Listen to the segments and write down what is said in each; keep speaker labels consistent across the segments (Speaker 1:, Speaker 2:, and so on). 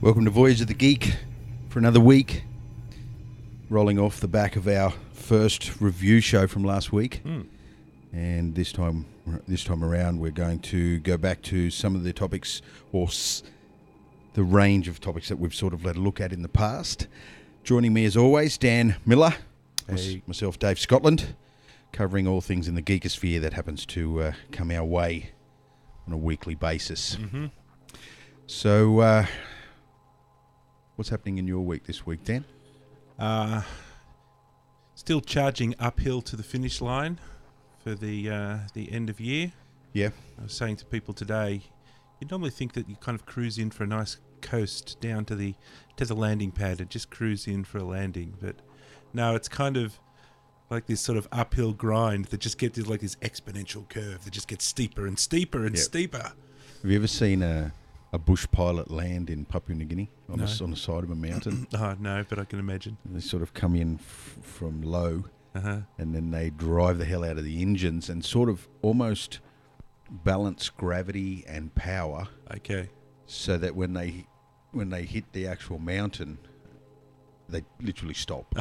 Speaker 1: Welcome to Voyage of the Geek for another week. Rolling off the back of our first review show from last week,
Speaker 2: Mm.
Speaker 1: and this time, this time around, we're going to go back to some of the topics or s- the range of topics that we've sort of let a look at in the past. Joining me, as always, Dan Miller, mys-
Speaker 2: Hey.
Speaker 1: myself, Dave Scotland, covering all things in the geekosphere that happens to uh, come our way on a weekly basis. So, uh, what's happening in your week this week, Dan?
Speaker 2: Uh, still charging uphill to the finish line for the uh, the end of year.
Speaker 1: Yeah,
Speaker 2: I was saying to people today, you normally think that you kind of cruise in for a nice coast down to the to the landing pad and just cruise in for a landing, but no, it's kind of like this sort of uphill grind that just gets like this exponential curve that just gets steeper and steeper and
Speaker 1: Yep.
Speaker 2: steeper.
Speaker 1: Have you ever seen a, a bush pilot land in Papua New Guinea on,
Speaker 2: No.
Speaker 1: the s on the side of a mountain?
Speaker 2: Oh no, but I can imagine.
Speaker 1: they sort of come in f- from low
Speaker 2: Uh-huh.
Speaker 1: and then they drive the hell out of the engines and sort of almost balance gravity and power
Speaker 2: Okay.
Speaker 1: so that when they when they hit the actual mountain they literally stop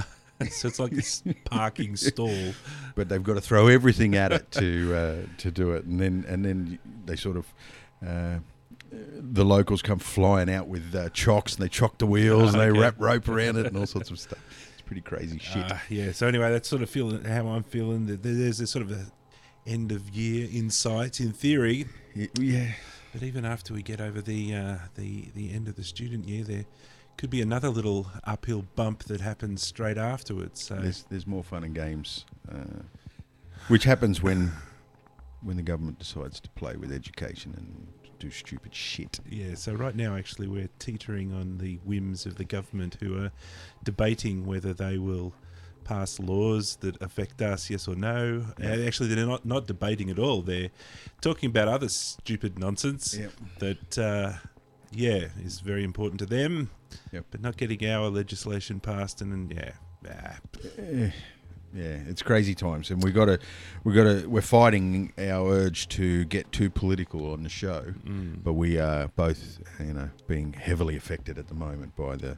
Speaker 2: so it's like this parking stall.
Speaker 1: but they've got to throw everything at it to uh, to do it and then and then they sort of uh, the locals come flying out with uh, chocks and they chock the wheels and they
Speaker 2: Okay.
Speaker 1: wrap rope around it and all sorts of stuff it's pretty crazy shit
Speaker 2: Ah, yeah. So anyway, that's sort of feeling how I'm feeling. That there- There's this sort of a end of year insight in theory,
Speaker 1: Y- yeah
Speaker 2: but even after we get over the uh, the the end of the student year, there could be another little uphill bump that happens straight afterwards. So
Speaker 1: There's there's more fun and games, uh, which happens when when the government decides to play with education and do stupid shit.
Speaker 2: yeah. So right now, actually, we're teetering on the whims of the government, who are debating whether they will. Pass laws that affect us, yes or no. Uh,
Speaker 1: Yeah.
Speaker 2: Actually, they're not not debating at all. They're talking about other stupid nonsense. that uh, yeah is very important to them.
Speaker 1: Yep.
Speaker 2: But not getting our legislation passed and, and yeah, ah,
Speaker 1: Eh, yeah, it's crazy times, and we got to we got to we're fighting our urge to get too political on the show,
Speaker 2: mm,
Speaker 1: but we are both you know being heavily affected at the moment by the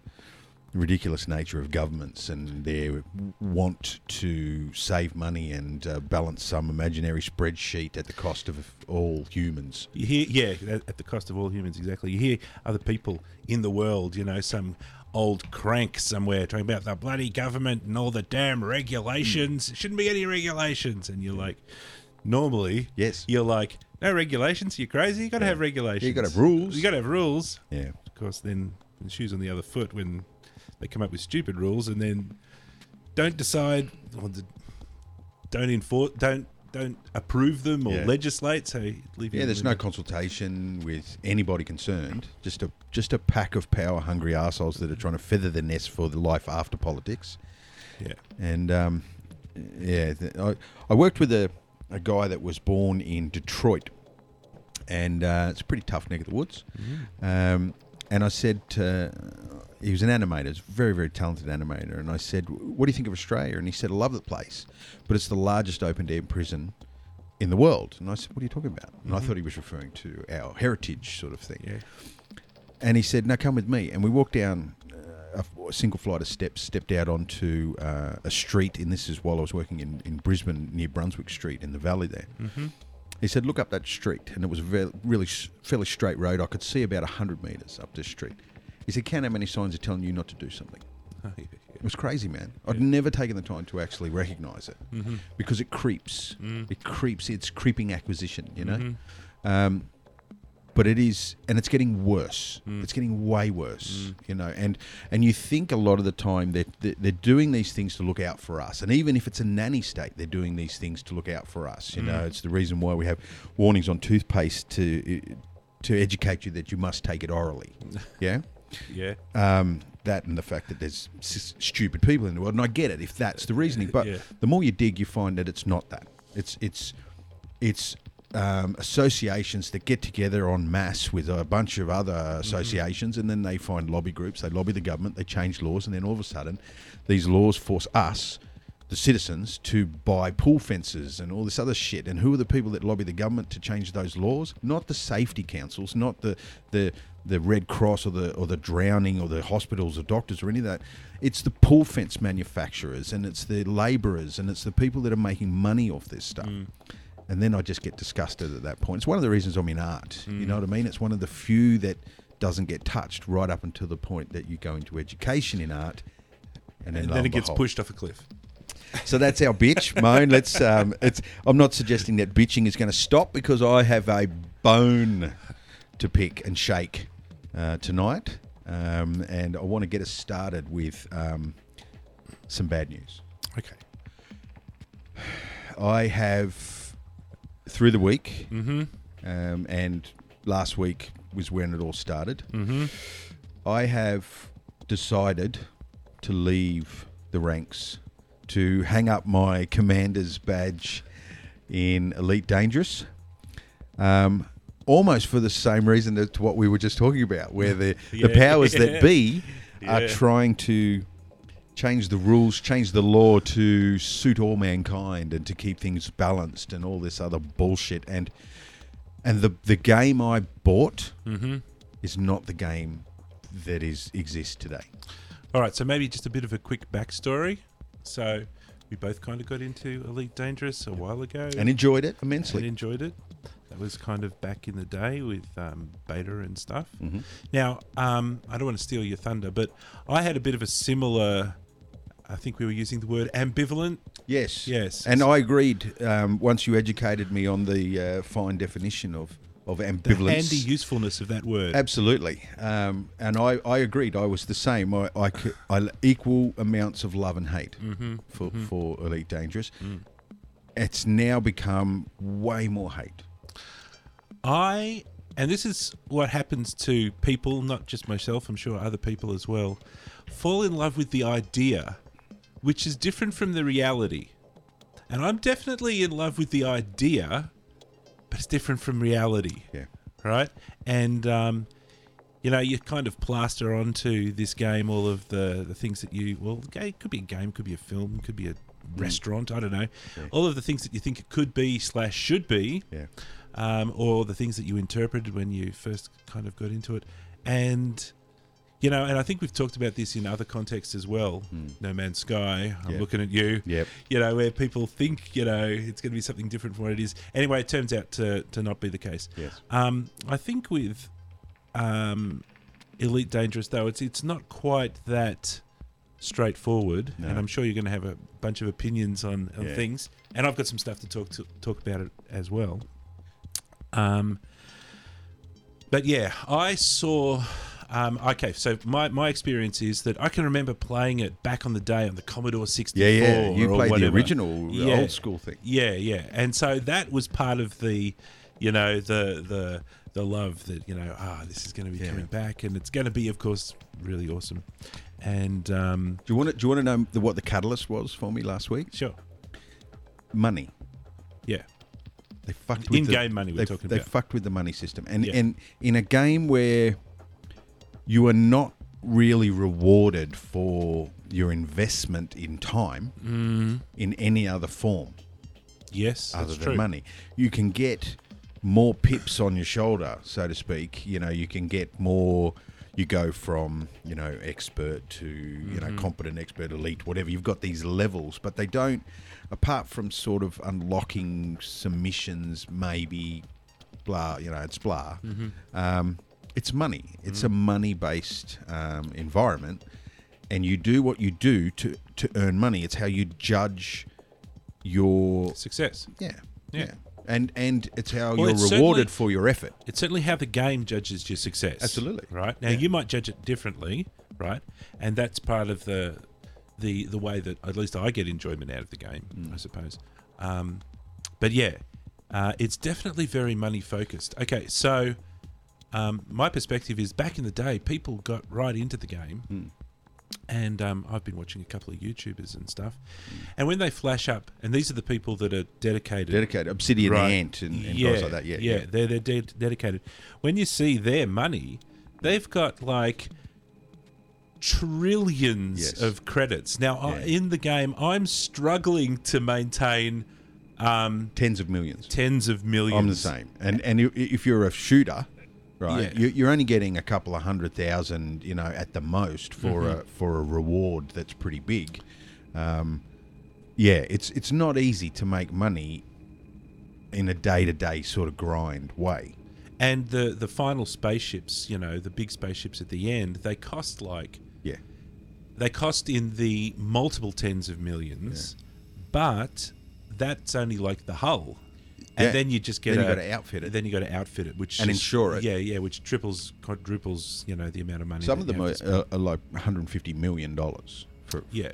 Speaker 1: ridiculous nature of governments and their want to save money and uh, balance some imaginary spreadsheet at the cost of all humans.
Speaker 2: you hear yeah at, at the cost of all humans exactly. You hear other people in the world, you know, some old crank somewhere talking about the bloody government and all the damn regulations.
Speaker 1: Hmm.
Speaker 2: Shouldn't be any regulations, and you're like, normally
Speaker 1: Yes.
Speaker 2: you're like. No regulations. You're crazy. You got to
Speaker 1: Yeah.
Speaker 2: have regulations.
Speaker 1: gotta have rules.
Speaker 2: You got to have rules.
Speaker 1: Yeah.
Speaker 2: of course, then the shoes on the other foot when they come up with stupid rules and then don't decide or d- don't enforce, don't don't approve them or
Speaker 1: Yeah.
Speaker 2: legislate. So leave
Speaker 1: Yeah,
Speaker 2: it
Speaker 1: there's
Speaker 2: in
Speaker 1: no
Speaker 2: the-
Speaker 1: consultation with anybody concerned. Just a just a pack of power hungry assholes that are trying to feather their nest for the life after politics.
Speaker 2: yeah.
Speaker 1: And um, yeah, th- I, I worked with a, a guy that was born in Detroit, and uh, it's a pretty tough neck of the woods. Um, and I said, uh, he was an animator, he's a very, very talented animator. And I said, What do you think of Australia? And he said, I love the place, but it's the largest open air prison in the world. And I said, What are you talking about? And I thought he was referring to our heritage sort of thing.
Speaker 2: Yeah.
Speaker 1: And he said, "No, come with me." And we walked down uh, a f- a single flight of steps, stepped out onto uh, a street. And this is while I was working in, in Brisbane near Brunswick Street in the valley there. Mm-hmm. He said, "Look up that street," and it was a ve- really s- fairly straight road. I could see about hundred meters up this street. He said, "Count how many signs are telling you not to do something."
Speaker 2: yeah.
Speaker 1: It was crazy, man. I'd never taken the time to actually recognize it
Speaker 2: Mm-hmm.
Speaker 1: because
Speaker 2: Mm. Mm-hmm.
Speaker 1: it creeps. It creeps. It's creeping acquisition, you know. Um, but it is, and it's getting worse.
Speaker 2: Mm.
Speaker 1: It's getting way worse,
Speaker 2: Mm.
Speaker 1: you know. And and you think a lot of the time that that they're doing these things to look out for us, and even if it's a nanny state, they're doing these things to look out for us. You know,
Speaker 2: Mm.
Speaker 1: it's the reason why we have warnings on toothpaste to to educate you that you must take it orally. Yeah.
Speaker 2: Yeah.
Speaker 1: Um, that and the fact that there's s- stupid people in the world, and I get it if that's the reasoning. But
Speaker 2: Yeah.
Speaker 1: the more you dig, you find that it's not that. It's it's it's um, associations that get together en masse with a bunch of other associations, and then they find lobby groups. They lobby the government. They change laws, and then all of a sudden, these laws force us. The citizens to buy pool fences and all this other shit. And who are the people that lobby the government to change those laws? Not the safety councils, not the the the Red Cross or the or the drowning or the hospitals or doctors or any of that. It's the pool fence manufacturers and it's the labourers and it's the people that are making money off this stuff.
Speaker 2: Mm.
Speaker 1: And then I just get disgusted at that point. It's one of the reasons I'm in art.
Speaker 2: Mm.
Speaker 1: You know what I mean? It's one of the few that doesn't get touched right up until the point that you go into education in art. And then,
Speaker 2: And
Speaker 1: lo
Speaker 2: then
Speaker 1: and
Speaker 2: it gets
Speaker 1: behold.
Speaker 2: pushed off a cliff.
Speaker 1: So that's our bitch moan. Let's. Um, it's. I'm not suggesting that bitching is going to stop because I have a bone to pick and shake uh, tonight, um, and I want to get us started with um, some bad news.
Speaker 2: Okay.
Speaker 1: I have through the week
Speaker 2: Mm-hmm.
Speaker 1: um, and last week was when it all started.
Speaker 2: Mm-hmm.
Speaker 1: I have decided to leave the ranks, to hang up my commander's badge in Elite Dangerous, um, almost for the same reason as to what we were just talking about, where the, the
Speaker 2: Yeah.
Speaker 1: powers that be are
Speaker 2: Yeah.
Speaker 1: trying to change the rules, change the law to suit all mankind and to keep things balanced and all this other bullshit. And and the the game I bought
Speaker 2: Mm-hmm.
Speaker 1: is not the game that is exists today.
Speaker 2: All right, so maybe just a bit of a quick backstory. So we both kind of got into Elite Dangerous a while ago
Speaker 1: And enjoyed it
Speaker 2: and
Speaker 1: immensely.
Speaker 2: enjoyed it. That was kind of back in the day with um, beta and stuff.
Speaker 1: Mhm.
Speaker 2: Now, um, I don't want to steal your thunder, but I had a bit of a similar. I think we were using the word ambivalent.
Speaker 1: Yes.
Speaker 2: Yes.
Speaker 1: And I agreed um, once you educated me on the uh, fine definition of, of
Speaker 2: the
Speaker 1: ambivalence.
Speaker 2: handy usefulness of that word.
Speaker 1: Absolutely. Um, and I, I agreed. I was the same. I, I, c- I- equal amounts of love and hate
Speaker 2: Mm-hmm,
Speaker 1: for, for Elite Dangerous.
Speaker 2: Mm.
Speaker 1: It's now become way more hate.
Speaker 2: I and this is what happens to people, not just myself, I'm sure other people as well, fall in love with the idea, which is different from the reality. And I'm definitely in love with the idea, but it's different from reality
Speaker 1: Yeah.
Speaker 2: right? And um, you know, you kind of plaster onto this game all of the, the things that you well, okay, it could be a game, could be a film, could be a restaurant, I don't know,
Speaker 1: Yeah.
Speaker 2: all of the things that you think it could be slash should be,
Speaker 1: Yeah.
Speaker 2: um, or the things that you interpreted when you first kind of got into it, and. You know, and I think we've talked about this in other contexts as well. No Man's Sky, I'm
Speaker 1: Yeah.
Speaker 2: looking at you
Speaker 1: Hmm. Yep.
Speaker 2: you know, where people think, you know, it's going to be something different from what it is. Anyway, it turns out to, to not be the case.
Speaker 1: Yes.
Speaker 2: Um, I think with um, Elite Dangerous, though, it's it's not quite that straightforward,
Speaker 1: No.
Speaker 2: and I'm sure you're going to have a bunch of opinions on, on
Speaker 1: Yeah.
Speaker 2: things, and I've got some stuff to talk to talk about it as well. Um, but yeah, I saw. Um, okay, so my, my experience is that I can remember playing it back on the day on the Commodore 64.
Speaker 1: Yeah, yeah. You
Speaker 2: or
Speaker 1: played the
Speaker 2: whatever.
Speaker 1: original, the
Speaker 2: Yeah.
Speaker 1: old school thing.
Speaker 2: Yeah, yeah. And so that was part of the, you know, the the the love that you know, ah, this is going to be
Speaker 1: Yeah.
Speaker 2: coming back, and it's going to be, of course, really awesome. And um,
Speaker 1: Do you want to, do you want to know the, what the catalyst was for me last week?
Speaker 2: sure,
Speaker 1: Money.
Speaker 2: yeah,
Speaker 1: They fucked with the,
Speaker 2: in-game money we're
Speaker 1: they,
Speaker 2: talking
Speaker 1: they
Speaker 2: about.
Speaker 1: fucked with the money system, and
Speaker 2: Yeah.
Speaker 1: and in a game where you are not really rewarded for your investment in time
Speaker 2: Mm.
Speaker 1: in any other form
Speaker 2: yes,
Speaker 1: other
Speaker 2: that's
Speaker 1: than
Speaker 2: true.
Speaker 1: money, you can get more pips on your shoulder, so to speak. You know, you can get more. You go from you know expert to you
Speaker 2: Mm-hmm.
Speaker 1: know competent expert elite whatever you've got these levels but they don't apart from sort of unlocking some missions maybe blah, you know, it's blah.
Speaker 2: Mm-hmm.
Speaker 1: Um, it's money. It's a money-based um, environment, and you do what you do to to earn money. It's how you judge your
Speaker 2: Success.
Speaker 1: yeah
Speaker 2: Yeah.
Speaker 1: and and it's how
Speaker 2: Well,
Speaker 1: you're
Speaker 2: it's certainly-
Speaker 1: rewarded for your effort.
Speaker 2: It's certainly how the game judges your success.
Speaker 1: Absolutely.
Speaker 2: Right. Now you might judge it differently, right? And that's part of the the the way that at least I get enjoyment out of the game, I suppose. Um, but yeah, uh, it's definitely very money focused. Okay, so um, my perspective is back in the day, people got right into the game, and um, I've been watching a couple of YouTubers and stuff. And when they flash up, and these are the people that are dedicated,
Speaker 1: Dedicated Obsidian
Speaker 2: Right.
Speaker 1: Ant and, and guys like that. Yeah,
Speaker 2: yeah, They're they're ded- dedicated. When you see their money, they've got like trillions
Speaker 1: Yes.
Speaker 2: of credits. Now I,
Speaker 1: Yeah.
Speaker 2: in the game, I'm struggling to maintain um,
Speaker 1: tens of millions.
Speaker 2: tens of 1000000s
Speaker 1: I'm the same. And and i- if you're a shooter, right,
Speaker 2: Yeah.
Speaker 1: you you're only getting a couple of hundred thousand, you know, at the most for
Speaker 2: Mm-hmm.
Speaker 1: a for a reward that's pretty big. Um, yeah, it's it's not easy to make money in a day to day sort of grind way.
Speaker 2: And the the final spaceships, you know, the big spaceships at the end, they cost like
Speaker 1: Yeah,
Speaker 2: they cost in the multiple tens of millions, but that's only like the hull. And
Speaker 1: Yeah.
Speaker 2: then you just get
Speaker 1: Then
Speaker 2: a,
Speaker 1: you gotta outfit it.
Speaker 2: Then you got to outfit it, which
Speaker 1: And
Speaker 2: is-
Speaker 1: insure it.
Speaker 2: Yeah, yeah, which triples, quadruples, you know, the amount of money.
Speaker 1: some
Speaker 2: that
Speaker 1: of them
Speaker 2: you
Speaker 1: are,
Speaker 2: have to
Speaker 1: are, are like 150 million dollars for
Speaker 2: spend. Yeah,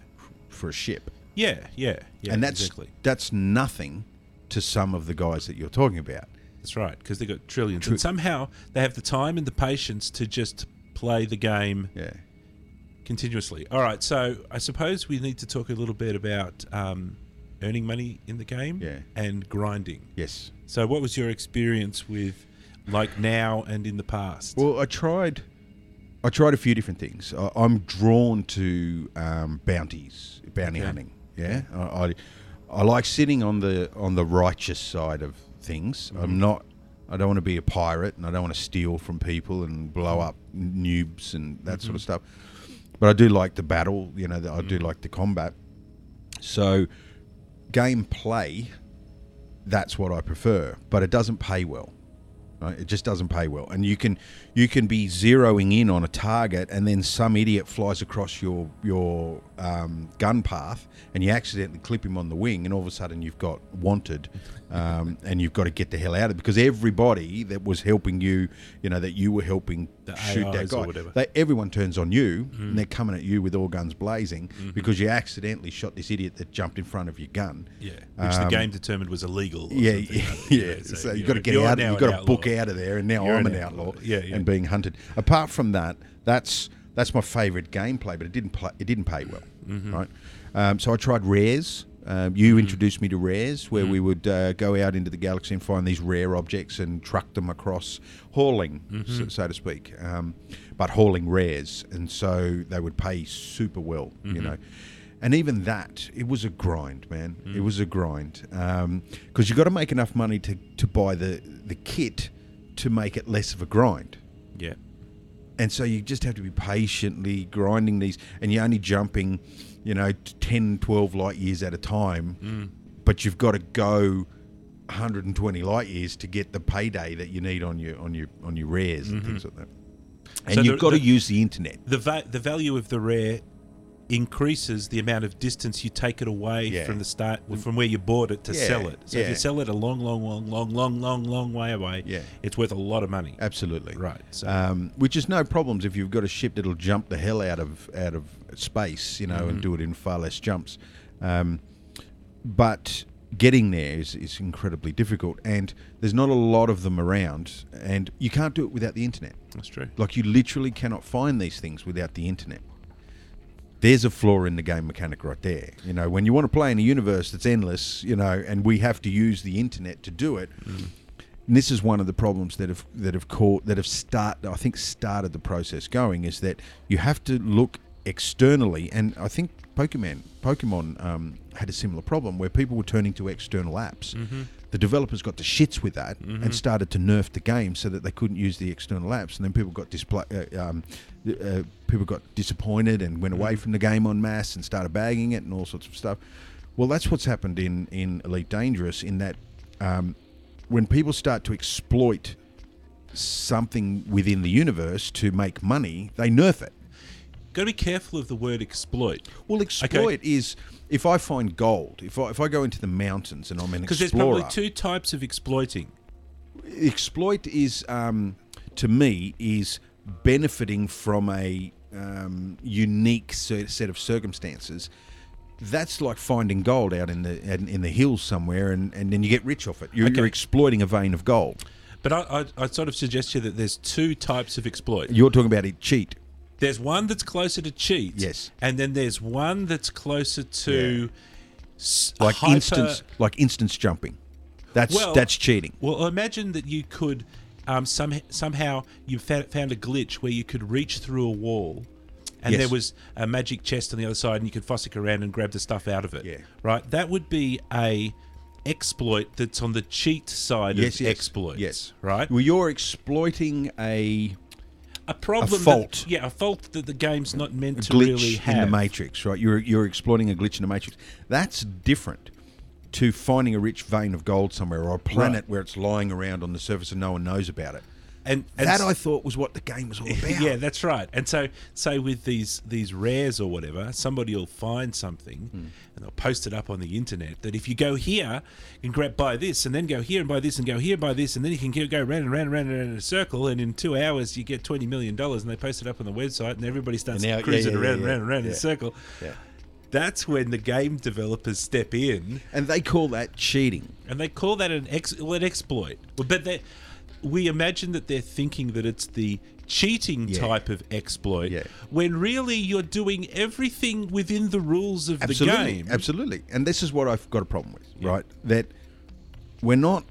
Speaker 1: for a ship,
Speaker 2: yeah, yeah, yeah.
Speaker 1: and that's
Speaker 2: exactly
Speaker 1: that's nothing to some of the guys that you're talking about.
Speaker 2: that's right because they got trillions, and somehow they have the time and the patience to just play the game
Speaker 1: Yeah,
Speaker 2: continuously. All right, so I suppose we need to talk a little bit about um, earning money in the game
Speaker 1: Yeah.
Speaker 2: and grinding.
Speaker 1: yes.
Speaker 2: So, what was your experience with, like now and in the past?
Speaker 1: Well, I tried. I tried a few different things. I, I'm drawn to um, bounties, bounty
Speaker 2: Okay.
Speaker 1: hunting. Yeah, I, I, I like sitting on the on the righteous side of things. I'm not. I don't want to be a pirate, and I don't want to steal from people and blow up noobs and that sort of stuff. But I do like the battle. You know, the, I do like the combat. So, gameplay, that's what I prefer. But it doesn't pay well. Right? It just doesn't pay well, and you can you can be zeroing in on a target, and then some idiot flies across your your um, gun path, and you accidentally clip him on the wing, and all of a sudden you've got wanted, um, and you've got to get the hell out of it because everybody that was helping you, you know, that you were helping
Speaker 2: The
Speaker 1: shoot that
Speaker 2: AIs or
Speaker 1: guy,
Speaker 2: whatever.
Speaker 1: they, everyone turns on you, and they're coming at you with all guns blazing because you accidentally shot this idiot that jumped in front of your gun.
Speaker 2: yeah, which the game determined was illegal. or
Speaker 1: um, Yeah,
Speaker 2: something
Speaker 1: yeah,
Speaker 2: like that.
Speaker 1: yeah. So, you've got to get out.
Speaker 2: now
Speaker 1: You've
Speaker 2: an
Speaker 1: got to book
Speaker 2: outlaw.
Speaker 1: out of there, and now
Speaker 2: You're
Speaker 1: I'm
Speaker 2: an
Speaker 1: an
Speaker 2: outlaw.
Speaker 1: outlaw.
Speaker 2: Yeah, yeah.
Speaker 1: and being hunted. Apart from that, that's that's my favourite gameplay, but it didn't play, it didn't pay well, right? Um, so I tried rares. Um, you introduced me to rares, where we would uh, go out into the galaxy and find these rare objects and truck them across, hauling, so, so to speak, um, but hauling rares, and so they would pay super well, you know. And even that, it was a grind, man. It was a grind because you got to make enough money to, to buy the the kit to make it less of a grind.
Speaker 2: Yeah,
Speaker 1: And so you just have to be patiently grinding these, and you're only jumping, you know, t- 10, 12 light years at a time,
Speaker 2: Mm.
Speaker 1: but you've got to go 120 light years to get the payday that you need on your on your on your rares and things like that. And
Speaker 2: Mm-hmm. So
Speaker 1: you've
Speaker 2: the-
Speaker 1: got
Speaker 2: the-
Speaker 1: to use the internet.
Speaker 2: the va- the value of the rare increases the amount of distance you take it away
Speaker 1: Yeah. Mm.
Speaker 2: from the start from where you bought it to
Speaker 1: Yeah,
Speaker 2: sell it. So if
Speaker 1: yeah.
Speaker 2: you sell it a long, long, long, long, long, long, long way away,
Speaker 1: Yeah. Uh,
Speaker 2: it's worth a lot of money.
Speaker 1: Absolutely.
Speaker 2: Right. So
Speaker 1: um, which is no problems if you've got a ship that'll jump the hell out of out of space, you know,
Speaker 2: Mm-hmm.
Speaker 1: and do it in far less jumps. Um, but getting there is, is incredibly difficult, and there's not a lot of them around, and you can't do it without the internet.
Speaker 2: that's true.
Speaker 1: Like you literally cannot find these things without the internet. There's a flaw in the game mechanic right there. You know, when you want to play in a universe that's endless, you know, and we have to use the internet to do it.
Speaker 2: Mm.
Speaker 1: And this is one of the problems that have that have caught that have start I think started the process going is that you have to look externally, and I think Pokemon Pokemon um, had a similar problem where people were turning to external apps. The developers got the shits with that and started to nerf the game so that they couldn't use the external apps, and then people got display, uh, um, uh, people got disappointed and went away from the game en masse and started bagging it and all sorts of stuff. Well, that's what's happened in in Elite Dangerous in that. Um, when people start to exploit something within the universe to make money, they nerf it.
Speaker 2: got to be careful of the word exploit
Speaker 1: Well, exploit is if I find gold, if I, if I go into the mountains and I'm an
Speaker 2: because
Speaker 1: explorer.
Speaker 2: there's probably two types of exploiting.
Speaker 1: exploit is um, to me is benefiting from a um, unique se- set of circumstances that's like finding gold out in the in, in the hills somewhere and, and then you get rich off it you're, you're
Speaker 2: Okay.
Speaker 1: exploiting a vein of gold
Speaker 2: But I, I, I sort of suggest to you that there's two types of exploit.
Speaker 1: you're talking about it cheat
Speaker 2: There's one that's closer to cheat.
Speaker 1: Yes.
Speaker 2: And then there's one that's closer to s-
Speaker 1: like
Speaker 2: hyper-
Speaker 1: instance like instance jumping that's
Speaker 2: Well-
Speaker 1: that's cheating
Speaker 2: Well, imagine that you could um, some, somehow you fa- found a glitch where you could reach through a wall, and
Speaker 1: Yes.
Speaker 2: there was a magic chest on the other side, and you could fossick around and grab the stuff out of it.
Speaker 1: Yeah.
Speaker 2: Right. That would be a exploit that's on the cheat side
Speaker 1: yes
Speaker 2: of
Speaker 1: yes
Speaker 2: exploits.
Speaker 1: yes
Speaker 2: Right.
Speaker 1: well you're exploiting a
Speaker 2: A problem. that-
Speaker 1: fault.
Speaker 2: yeah, a fault that the game's not meant to
Speaker 1: glitch
Speaker 2: really have.
Speaker 1: in the matrix, right? You're you're exploiting a glitch in the matrix. That's different to finding a rich vein of gold somewhere or a planet
Speaker 2: Right.
Speaker 1: where it's lying around on the surface and no one knows about it.
Speaker 2: And, and
Speaker 1: that
Speaker 2: s-
Speaker 1: I thought was what the game was all about.
Speaker 2: Yeah, that's right. And so, say with these these rares or whatever, somebody will find something
Speaker 1: Hmm.
Speaker 2: and they'll post it up on the internet. That if you go here and grab buy this, and then go here and buy this, and go here buy this, and then you can go, go round and round and round and round in a circle, and in two hours you get twenty million dollars, and they post it up on the website, and everybody starts
Speaker 1: And now- yeah,
Speaker 2: cruising
Speaker 1: yeah, yeah,
Speaker 2: around
Speaker 1: yeah.
Speaker 2: and round and round in a
Speaker 1: Yeah.
Speaker 2: circle.
Speaker 1: Yeah.
Speaker 2: That's when the game developers step in
Speaker 1: And they call that cheating.
Speaker 2: and they call that an, ex- well, an exploit. Well, But they, we imagine that they're thinking that it's the cheating
Speaker 1: Yeah.
Speaker 2: type of exploit,
Speaker 1: Yeah.
Speaker 2: when really you're doing everything within the rules of
Speaker 1: Absolutely.
Speaker 2: the game.
Speaker 1: Absolutely. And this is what I've got a problem with,
Speaker 2: Yeah.
Speaker 1: right? That we're not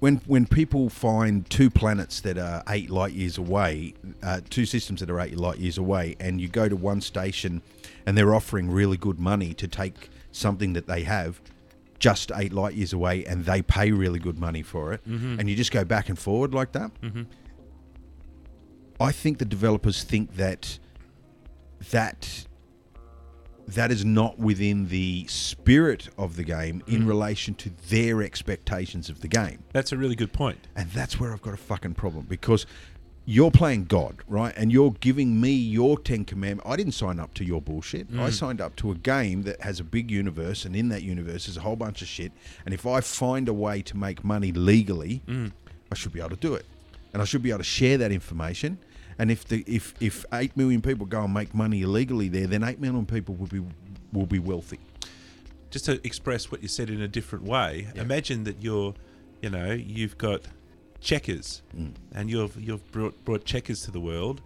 Speaker 1: when when people find two planets that are eight light years away, uh, two systems that are eight light years away, and you go to one station and they're offering really good money to take something that they have just eight light years away and they pay really good money for it,
Speaker 2: Mm-hmm.
Speaker 1: and you just go back and forward like that. I think the developers think that that that is not within the spirit of the game in relation to their expectations of the game.
Speaker 2: That's a really good point.
Speaker 1: And that's where I've got a fucking problem because you're playing God, right? And you're giving me your Ten Commandments. I didn't sign up to your bullshit. I signed up to a game that has a big universe, and in that universe is a whole bunch of shit. And if I find a way to make money legally, I should be able to do it, and I should be able to share that information. And if the if if eight million people go and make money illegally there, then eight million people will be will be wealthy.
Speaker 2: Just to express what you said in a different way, imagine that you're, you know, you've got checkers,
Speaker 1: Mm.
Speaker 2: and you've you've brought brought checkers to the world.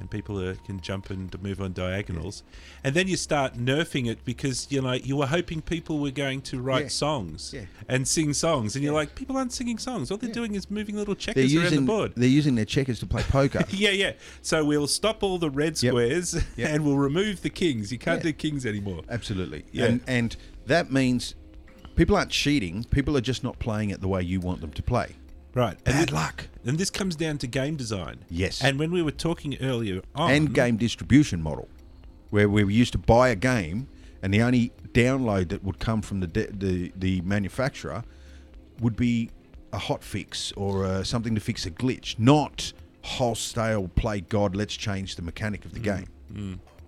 Speaker 2: And people are, can jump and move on diagonals, and then you start nerfing it because you know you were hoping people were going to write
Speaker 1: Yeah.
Speaker 2: songs
Speaker 1: Yeah.
Speaker 2: and sing songs, and you're like, people aren't singing songs. All they're doing is moving little
Speaker 1: They're
Speaker 2: checkers around the
Speaker 1: using
Speaker 2: board.
Speaker 1: they're using their checkers to play poker.
Speaker 2: yeah, yeah. So we'll stop all the red
Speaker 1: Yep.
Speaker 2: squares
Speaker 1: Yep.
Speaker 2: and we'll remove the kings. You can't
Speaker 1: Yeah. Uh,
Speaker 2: do kings anymore.
Speaker 1: Absolutely.
Speaker 2: Yeah.
Speaker 1: And, and that means people aren't cheating. People are just not playing it the way you want them to play.
Speaker 2: Right. And
Speaker 1: Bad
Speaker 2: thi-
Speaker 1: luck.
Speaker 2: And this comes down to game design.
Speaker 1: Yes.
Speaker 2: And when we were talking earlier on,
Speaker 1: And game distribution model, where we used to buy a game and the only download that would come from the, de- the, the manufacturer would be a hot fix or uh, something to fix a glitch, not wholesale play God, let's change the mechanic of the game.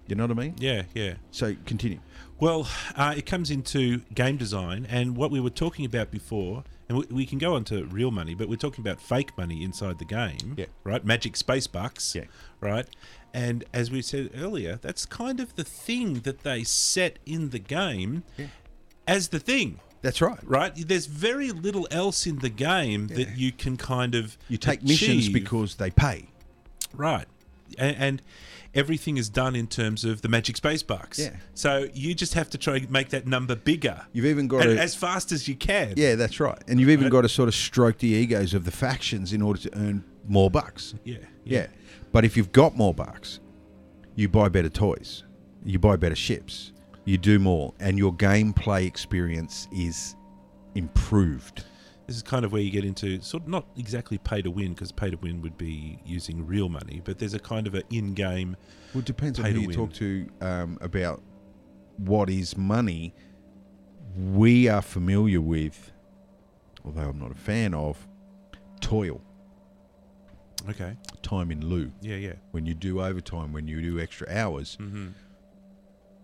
Speaker 1: You know what I mean?
Speaker 2: Mm. Yeah, yeah.
Speaker 1: So continue.
Speaker 2: Well, uh, it comes into game design and what we were talking about before, and we, we can go on to real money, but we're talking about fake money inside the game,
Speaker 1: Yeah.
Speaker 2: right? Magic space bucks,
Speaker 1: Yeah.
Speaker 2: right? And as we said earlier, that's kind of the thing that they set in the game as the thing,
Speaker 1: That's right.
Speaker 2: right? There's very little else in the game that you can kind of
Speaker 1: You take missions
Speaker 2: achieve.
Speaker 1: because they pay.
Speaker 2: Right. And, and everything is done in terms of the magic space bucks.
Speaker 1: Yeah.
Speaker 2: So you just have to try and make that number bigger
Speaker 1: You've even got
Speaker 2: and
Speaker 1: to,
Speaker 2: as fast as you can.
Speaker 1: Yeah, that's right. And you've even
Speaker 2: Right.
Speaker 1: got to sort of stroke the egos of the factions in order to earn more bucks.
Speaker 2: Yeah.
Speaker 1: Yeah. But if you've got more bucks, you buy better toys, you buy better ships, you do more, and your gameplay experience is improved.
Speaker 2: This is kind of where you get into sort of not exactly pay to win because pay to win would be using real money, but there's a kind of an in-game.
Speaker 1: Well, it depends on
Speaker 2: Pay
Speaker 1: who
Speaker 2: to
Speaker 1: you
Speaker 2: win.
Speaker 1: talk to um, about what is money. We are familiar with, although I'm not a fan of, toil.
Speaker 2: Okay.
Speaker 1: time in lieu.
Speaker 2: Yeah, yeah.
Speaker 1: When you do overtime, when you do extra hours,
Speaker 2: Mm-hmm.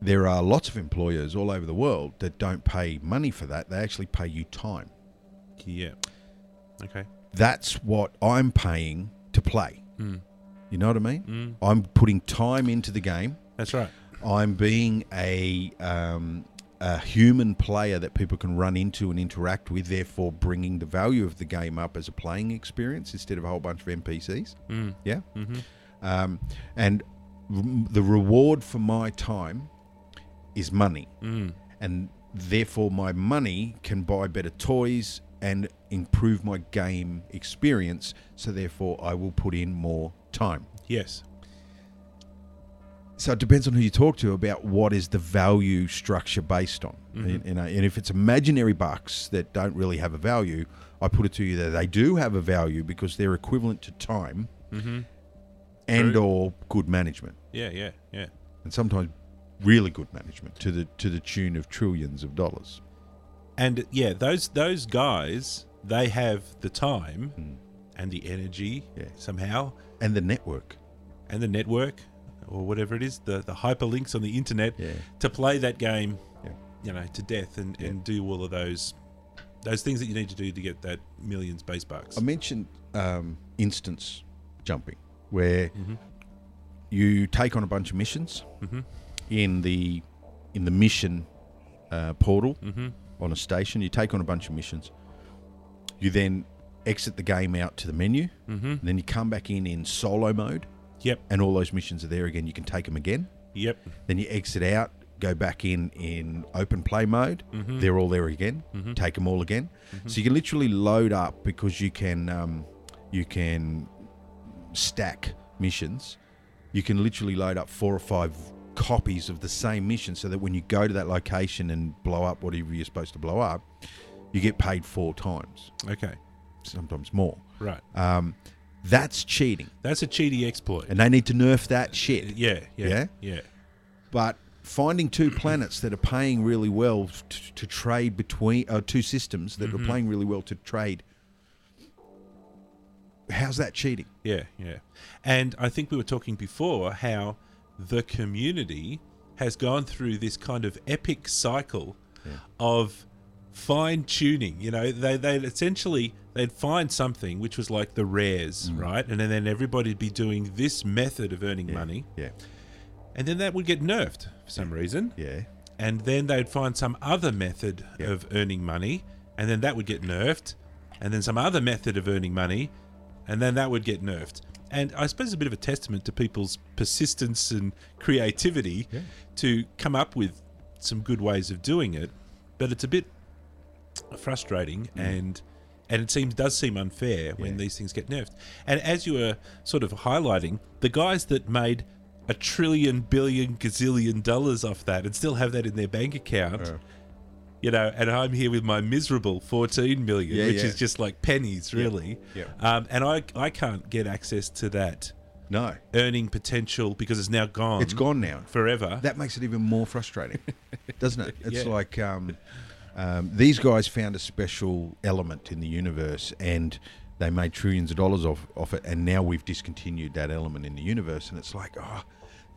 Speaker 1: there are lots of employers all over the world that don't pay money for that. They actually pay you time.
Speaker 2: Yeah. Okay.
Speaker 1: That's what I'm paying to play.
Speaker 2: Mm.
Speaker 1: You know what I mean?
Speaker 2: Mm.
Speaker 1: I'm putting time into the game.
Speaker 2: That's right.
Speaker 1: I'm being a um, a human player that people can run into and interact with, therefore bringing the value of the game up as a playing experience instead of a whole bunch of NPCs.
Speaker 2: Mm.
Speaker 1: Yeah,
Speaker 2: Mm-hmm.
Speaker 1: um, and r- the reward for my time is money,
Speaker 2: Mm.
Speaker 1: and therefore my money can buy better toys and improve my game experience. So therefore, I will put in more time.
Speaker 2: Yes.
Speaker 1: So it depends on who you talk to about what is the value structure based on.
Speaker 2: Mhm.
Speaker 1: You know, and if it's imaginary bucks that don't really have a value, I put it to you that they do have a value because they're equivalent to time
Speaker 2: Mm-hmm.
Speaker 1: and or good management,
Speaker 2: Yeah, yeah, yeah.
Speaker 1: and sometimes really good management to the to the tune of trillions of dollars.
Speaker 2: And yeah, those those guys, they have the time and the energy
Speaker 1: Hmm. Yeah.
Speaker 2: somehow
Speaker 1: And the network.
Speaker 2: and the network or whatever it is, the, the hyperlinks on the internet
Speaker 1: Yeah.
Speaker 2: to play that game,
Speaker 1: Yeah.
Speaker 2: you know, to death and,
Speaker 1: Yeah.
Speaker 2: and do all of those those things that you need to do to get that millions base bucks.
Speaker 1: I mentioned um, instance jumping, where
Speaker 2: Mhm.
Speaker 1: you take on a bunch of missions
Speaker 2: Mhm.
Speaker 1: in the in the mission uh, portal
Speaker 2: mm-hmm.
Speaker 1: on a station. You take on a bunch of missions. You then exit the game out to the menu.
Speaker 2: Mm-hmm.
Speaker 1: And then you come back in in solo mode,
Speaker 2: Yep.
Speaker 1: and all those missions are there again. You can take them again.
Speaker 2: Yep.
Speaker 1: Then you exit out, go back in in open play mode.
Speaker 2: Mhm.
Speaker 1: They're all there again.
Speaker 2: Mhm.
Speaker 1: Take them all again. So you can literally load up because you can um, you can stack missions. You can literally load up four or five copies of the same mission, so that when you go to that location and blow up whatever you're supposed to blow up, you get paid four times,
Speaker 2: Okay.
Speaker 1: sometimes more.
Speaker 2: Right.
Speaker 1: Um, that's cheating,
Speaker 2: That's a cheaty exploit.
Speaker 1: and they need to nerf that shit.
Speaker 2: yeah, yeah.
Speaker 1: Yeah?
Speaker 2: Yeah. Yeah.
Speaker 1: but finding two planets that are paying really well to, to trade between uh, two systems that are playing really well to trade how's that cheating
Speaker 2: Yeah, yeah. And I think we were talking before how the community has gone through this kind of epic cycle of fine tuning. You know, they they essentially they'd find something which was like the rares, right? And then everybody'd be doing this method of earning money.
Speaker 1: Mm. yeah
Speaker 2: And then that would get nerfed for some reason.
Speaker 1: yeah
Speaker 2: And then they'd find some other method
Speaker 1: Yeah.
Speaker 2: of earning money. And then that would get nerfed. And then some other method of earning money. And then that would get nerfed. And I suppose it's a bit of a testament to people's persistence and creativity
Speaker 1: Yeah.
Speaker 2: to come up with some good ways of doing it. But it's a bit frustrating and and it seems does seem unfair when
Speaker 1: Mm. Yeah.
Speaker 2: these things get nerfed. And as you were sort of highlighting, the guys that made a trillion billion gazillion dollars off that and still have that in their bank account,
Speaker 1: Yeah.
Speaker 2: you know, and I'm here with my miserable 14 million,
Speaker 1: Yeah,
Speaker 2: which
Speaker 1: yeah.
Speaker 2: is just like pennies, really.
Speaker 1: Yeah.
Speaker 2: Um, and I I can't get access to that
Speaker 1: no
Speaker 2: earning potential because it's now gone.
Speaker 1: it's gone now
Speaker 2: forever.
Speaker 1: that makes it even more frustrating doesn't it it's
Speaker 2: Yeah.
Speaker 1: like um, um, these guys found a special element in the universe and they made trillions of dollars off, off it and now we've discontinued that element in the universe and it's like oh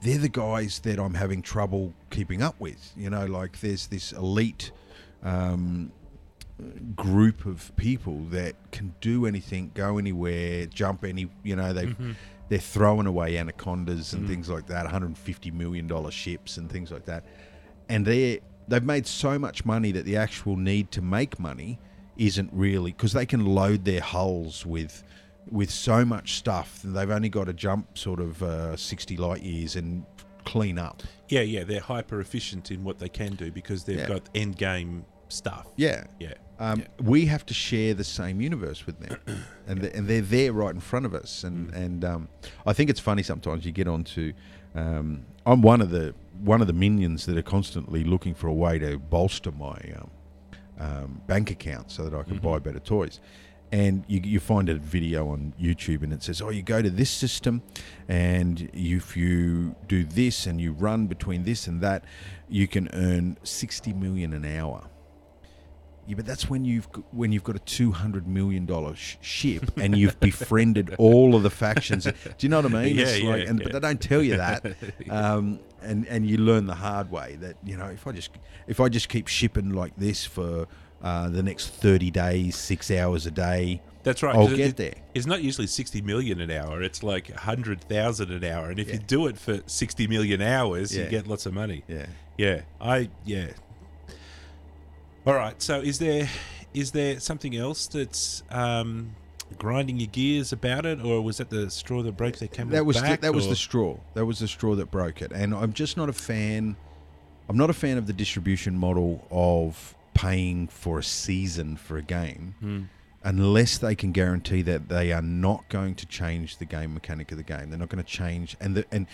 Speaker 1: they're the guys that i'm having trouble keeping up with you know like there's this elite um, group of people that can do anything, go anywhere, jump any. You know, they they're throwing away anacondas and things like that, 150 million dollar ships and things like that, and they they've made so much money that the actual need to make money isn't really because they can load their hulls with with so much stuff that they've only got to jump sort of uh, 60 light years and clean up.
Speaker 2: yeah, yeah, they're hyper efficient in what they can do because they've
Speaker 1: Yeah.
Speaker 2: got end game stuff.
Speaker 1: Yeah,
Speaker 2: Yeah.
Speaker 1: Um,
Speaker 2: Yeah.
Speaker 1: We have to share the same universe with them, and the, and they're there right in front of us. And and um, I think it's funny sometimes you get onto. Um, I'm one of the one of the minions that are constantly looking for a way to bolster my um, um, bank account so that I
Speaker 2: Mm-hmm.
Speaker 1: can buy better toys. And you, you find a video on YouTube and it says, oh, you go to this system, and if you do this and you run between this and that, you can earn 60 million an hour Yeah, but that's when you've g- when you've got a two hundred million dollar sh- ship and you've befriended all of the factions. Do you know what I mean?
Speaker 2: Yeah,
Speaker 1: It's
Speaker 2: yeah,
Speaker 1: like- and, But they
Speaker 2: yeah.
Speaker 1: don't tell you that, um, and and you learn the hard way that you know if I just if I just keep shipping like this for uh, the next thirty days, six hours a day,
Speaker 2: That's right.
Speaker 1: I'll
Speaker 2: 'cause it-
Speaker 1: get
Speaker 2: it-
Speaker 1: there.
Speaker 2: It's not usually 60 million an hour. It's like 100,000 an hour. And if you
Speaker 1: Yeah.
Speaker 2: do it for 60 million hours,
Speaker 1: Yeah.
Speaker 2: you get lots of money.
Speaker 1: yeah.
Speaker 2: Yeah, I yeah. All right. So is there is there something else that's um, grinding your gears about it, or was that the straw that broke the camel's
Speaker 1: that was
Speaker 2: back?
Speaker 1: the, that was
Speaker 2: or-
Speaker 1: the straw. That was the straw that broke it. And I'm just not a fan. I'm not a fan of the distribution model of paying for a season for a game,
Speaker 2: Hmm.
Speaker 1: unless they can guarantee that they are not going to change the game mechanic of the game. They're not going to change and the and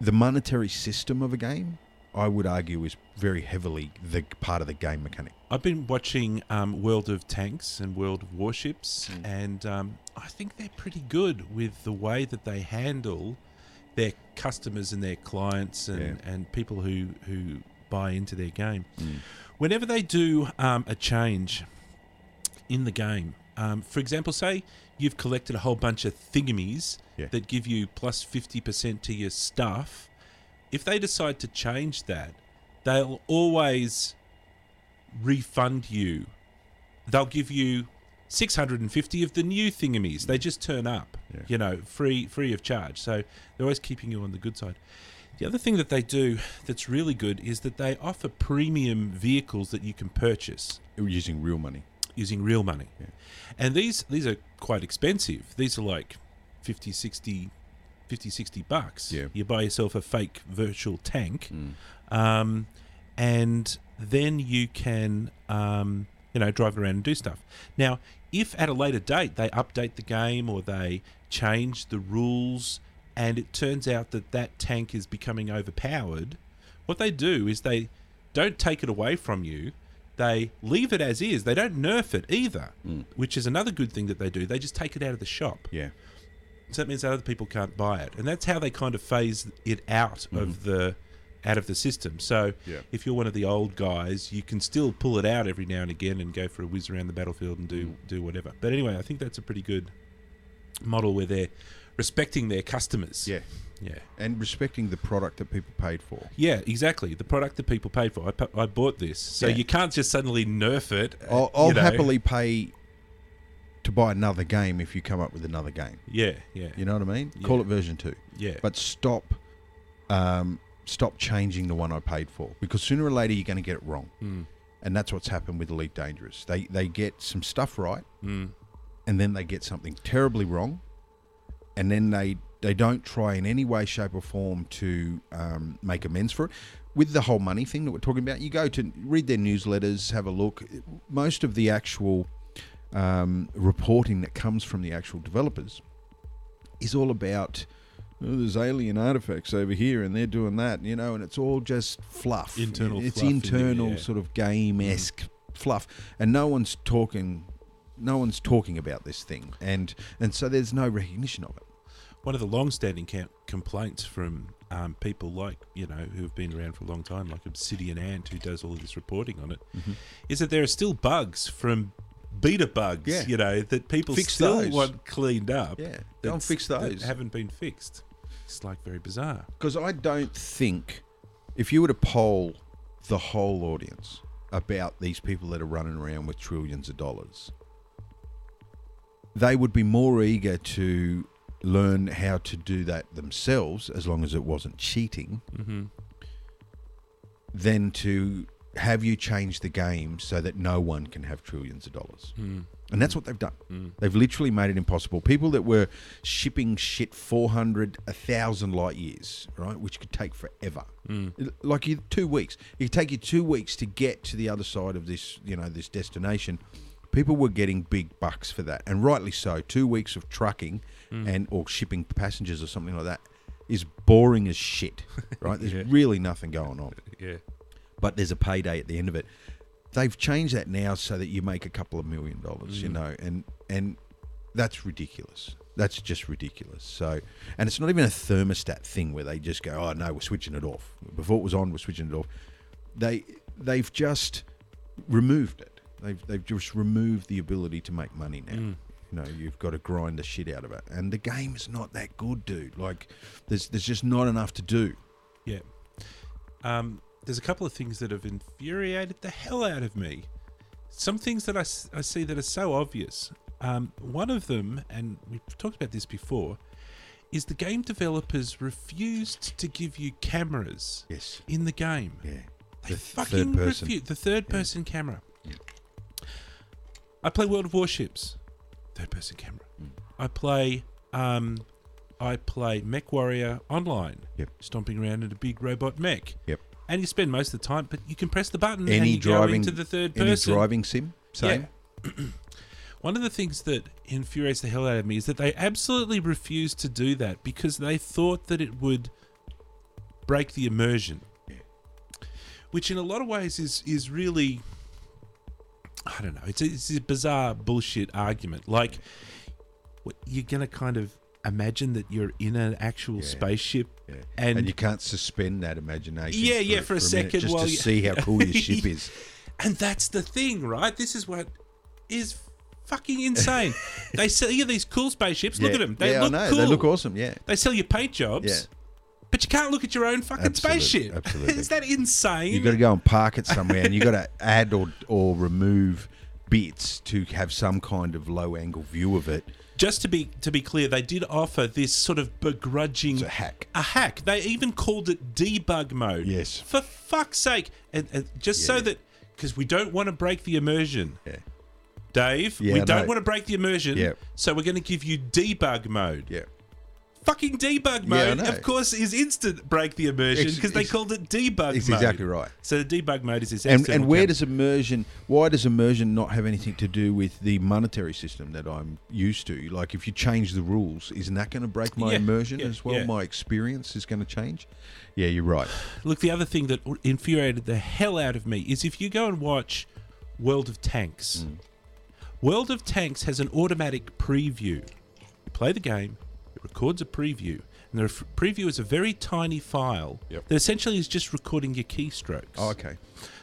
Speaker 1: the monetary system of a game. I would argue is very heavily the part of the game mechanic.
Speaker 2: I've been watching um, World of Tanks and World of Warships, and um, I think they're pretty good with the way that they handle their customers and their clients and, and people who, who buy into their game. Whenever they do um, a change in the game, um, for example, say you've collected a whole bunch of thingamies
Speaker 1: Yeah.
Speaker 2: that give you plus 50% to your stuff, if they decide to change that, they'll always refund you. They'll give you 650 of the new thingamies. They just turn up,
Speaker 1: Yeah.
Speaker 2: you know, free free of charge. So they're always keeping you on the good side. The other thing that they do that's really good is that they offer premium vehicles that you can purchase
Speaker 1: Using real money.
Speaker 2: using real money.
Speaker 1: Yeah.
Speaker 2: And these these are quite expensive. These are like 50 60 50 60 bucks.
Speaker 1: Yeah. Mm.
Speaker 2: You buy yourself a fake virtual tank. Um, and then you can um, you know drive it around and do stuff. Now, if at a later date they update the game or they change the rules and it turns out that that tank is becoming overpowered, what they do is they don't take it away from you. They leave it as is. They don't nerf it either, which is another good thing that they do. They just take it out of the shop.
Speaker 1: Yeah.
Speaker 2: So that means that other people can't buy it, and that's how they kind of phase it out of the out of the system. So
Speaker 1: Mm-hmm. Yeah.
Speaker 2: if you're one of the old guys, you can still pull it out every now and again and go for a whiz around the battlefield and
Speaker 1: Mm.
Speaker 2: do do whatever. But anyway, I think that's a pretty good model where they're respecting their customers.
Speaker 1: Yeah.
Speaker 2: yeah,
Speaker 1: And respecting the product that people paid for.
Speaker 2: yeah, exactly. The product that people paid for. I, pa- I bought this, so
Speaker 1: Yeah.
Speaker 2: you can't just suddenly nerf it. uh,
Speaker 1: I'll, I'll
Speaker 2: you know.
Speaker 1: happily pay to buy another game if you come up with another game.
Speaker 2: Yeah, yeah,
Speaker 1: You know what I mean? Call
Speaker 2: Yeah.
Speaker 1: it version two,
Speaker 2: yeah.
Speaker 1: but stop, um, stop changing the one I paid for because sooner or later you're going to get it wrong,
Speaker 2: Mm.
Speaker 1: and that's what's happened with Elite Dangerous. They they get some stuff right,
Speaker 2: Mm.
Speaker 1: and then they get something terribly wrong, and then they they don't try in any way, shape, or form to um, make amends for it. With the whole money thing that we're talking about, you go to read their newsletters, have a look. Most of the actual um, reporting that comes from the actual developers is all about oh, there's alien artifacts over here and they're doing that, you know, and it's all just fluff.
Speaker 2: Internal
Speaker 1: It's
Speaker 2: fluff in Mm. there,
Speaker 1: internal
Speaker 2: yeah.
Speaker 1: sort of game esque fluff, and no one's talking. No one's talking about this thing, and and so there's no recognition of it.
Speaker 2: one of the long-standing ca- complaints from um, people like you know who have been around for a long time, like Obsidian Ant, who does all of this reporting on it, is
Speaker 1: Mm-hmm.
Speaker 2: that there are still bugs from beta bugs.
Speaker 1: Yeah.
Speaker 2: You know that people
Speaker 1: Fix
Speaker 2: still
Speaker 1: those.
Speaker 2: want cleaned up.
Speaker 1: Yeah, go and
Speaker 2: that's-
Speaker 1: fix
Speaker 2: that
Speaker 1: those.
Speaker 2: haven't been fixed. It's like very bizarre.
Speaker 1: Because I don't think if you were to poll the whole audience about these people that are running around with trillions of dollars, they would be more eager to learn how to do that themselves, as long as it wasn't cheating, than to have you change the game so that no one can have trillions of dollars. And that's what they've done. They've literally made it impossible. People that were shipping shit 400, 1,000 light years, right, which could take forever. It- Like you, two weeks. It could take you two weeks to get to the other side of this, you know, this destination. People were getting big bucks for that, and rightly so. Two weeks of trucking and or shipping passengers or something like that is boring as shit, right? There's
Speaker 2: Yeah.
Speaker 1: really nothing going on
Speaker 2: Yeah.
Speaker 1: but there's a payday at the end of it. They've changed that now so that you make a couple of million dollars, you know, and and that's ridiculous. That's just ridiculous. So, and it's not even a thermostat thing where they just go, "Oh no, we're switching it off." Before it was on, we're switching it off. They they've just removed it. They've, they've just removed the ability to make money now.
Speaker 2: Mm.
Speaker 1: You know, you've got to grind the shit out of it. And the game is not that good, dude. Like, there's, there's just not enough to do.
Speaker 2: Yeah. Um, there's a couple of things that have infuriated the hell out of me. Some things that I, s- I see that are so obvious. Um, one of them, and we've talked about this before, is the game developers refused to give you cameras
Speaker 1: Yes.
Speaker 2: in the game.
Speaker 1: Yeah.
Speaker 2: They
Speaker 1: The third
Speaker 2: fucking
Speaker 1: person.
Speaker 2: refu- the third person camera. I play World of Warships, third person camera.
Speaker 1: Mm.
Speaker 2: I play, um, I play Mech Warrior online,
Speaker 1: Yep.
Speaker 2: stomping around in a big robot mech.
Speaker 1: Yep.
Speaker 2: And you spend most of the time, but you can press the button and
Speaker 1: Any
Speaker 2: you go
Speaker 1: driving,
Speaker 2: into the third
Speaker 1: any
Speaker 2: person.
Speaker 1: driving sim, same.
Speaker 2: Yeah. One of the things that infuriates the hell out of me is that they absolutely refused to do that because they thought that it would break the immersion, which in a lot of ways is is really I don't know. It's a, it's a bizarre bullshit argument. Like what, you're gonna kind of imagine that you're in an actual
Speaker 1: Yeah.
Speaker 2: spaceship
Speaker 1: Yeah.
Speaker 2: and,
Speaker 1: And, you can't suspend that imagination.
Speaker 2: Yeah, yeah, for a
Speaker 1: minute
Speaker 2: second
Speaker 1: just
Speaker 2: while
Speaker 1: to
Speaker 2: you-
Speaker 1: see how cool your ship is.
Speaker 2: And that's the thing, right? This is what is fucking insane. they sell you these cool spaceships. Look
Speaker 1: yeah.
Speaker 2: at them. They
Speaker 1: yeah,
Speaker 2: look
Speaker 1: I know.
Speaker 2: cool.
Speaker 1: They look awesome. Yeah,
Speaker 2: They sell you paint jobs.
Speaker 1: Yeah.
Speaker 2: But you can't look at your own fucking
Speaker 1: Absolute-
Speaker 2: spaceship.
Speaker 1: absolutely.
Speaker 2: is that insane?
Speaker 1: you've got to go and park it somewhere, and you've got to add or or remove bits to have some kind of low angle view of it.
Speaker 2: Just to be to be clear, they did offer this sort of begrudging
Speaker 1: It's a hack.
Speaker 2: a hack. They even called it debug mode.
Speaker 1: Yes.
Speaker 2: For fuck's sake. And, and just so
Speaker 1: Yeah.
Speaker 2: that because we don't want to break the immersion.
Speaker 1: Yeah,
Speaker 2: Dave,
Speaker 1: Yeah,
Speaker 2: we
Speaker 1: I
Speaker 2: don't
Speaker 1: know.
Speaker 2: want to break the immersion.
Speaker 1: Yeah.
Speaker 2: So we're going to give you debug mode.
Speaker 1: yeah.
Speaker 2: fucking debug
Speaker 1: Yeah, I
Speaker 2: mode,
Speaker 1: know.
Speaker 2: of course, is instant break the immersion
Speaker 1: Ex-
Speaker 2: because they
Speaker 1: ex-
Speaker 2: called it debug
Speaker 1: It's
Speaker 2: mode.
Speaker 1: exactly right.
Speaker 2: So the debug mode is this.
Speaker 1: And
Speaker 2: external
Speaker 1: and where
Speaker 2: cam-
Speaker 1: does immersion? Why does immersion not have anything to do with the monetary system that I'm used to? Like, if you change the rules, isn't that going to break my
Speaker 2: Yeah,
Speaker 1: immersion
Speaker 2: yeah,
Speaker 1: as well?
Speaker 2: yeah.
Speaker 1: My experience is going to change. Yeah, you're right.
Speaker 2: look? The other thing that infuriated the hell out of me is if you go and watch World of Tanks.
Speaker 1: Mm.
Speaker 2: World of Tanks has an automatic preview. You play the game, it records a preview, and the ref- preview is a very tiny file
Speaker 1: Yep.
Speaker 2: that essentially is just recording your keystrokes.
Speaker 1: Oh, okay.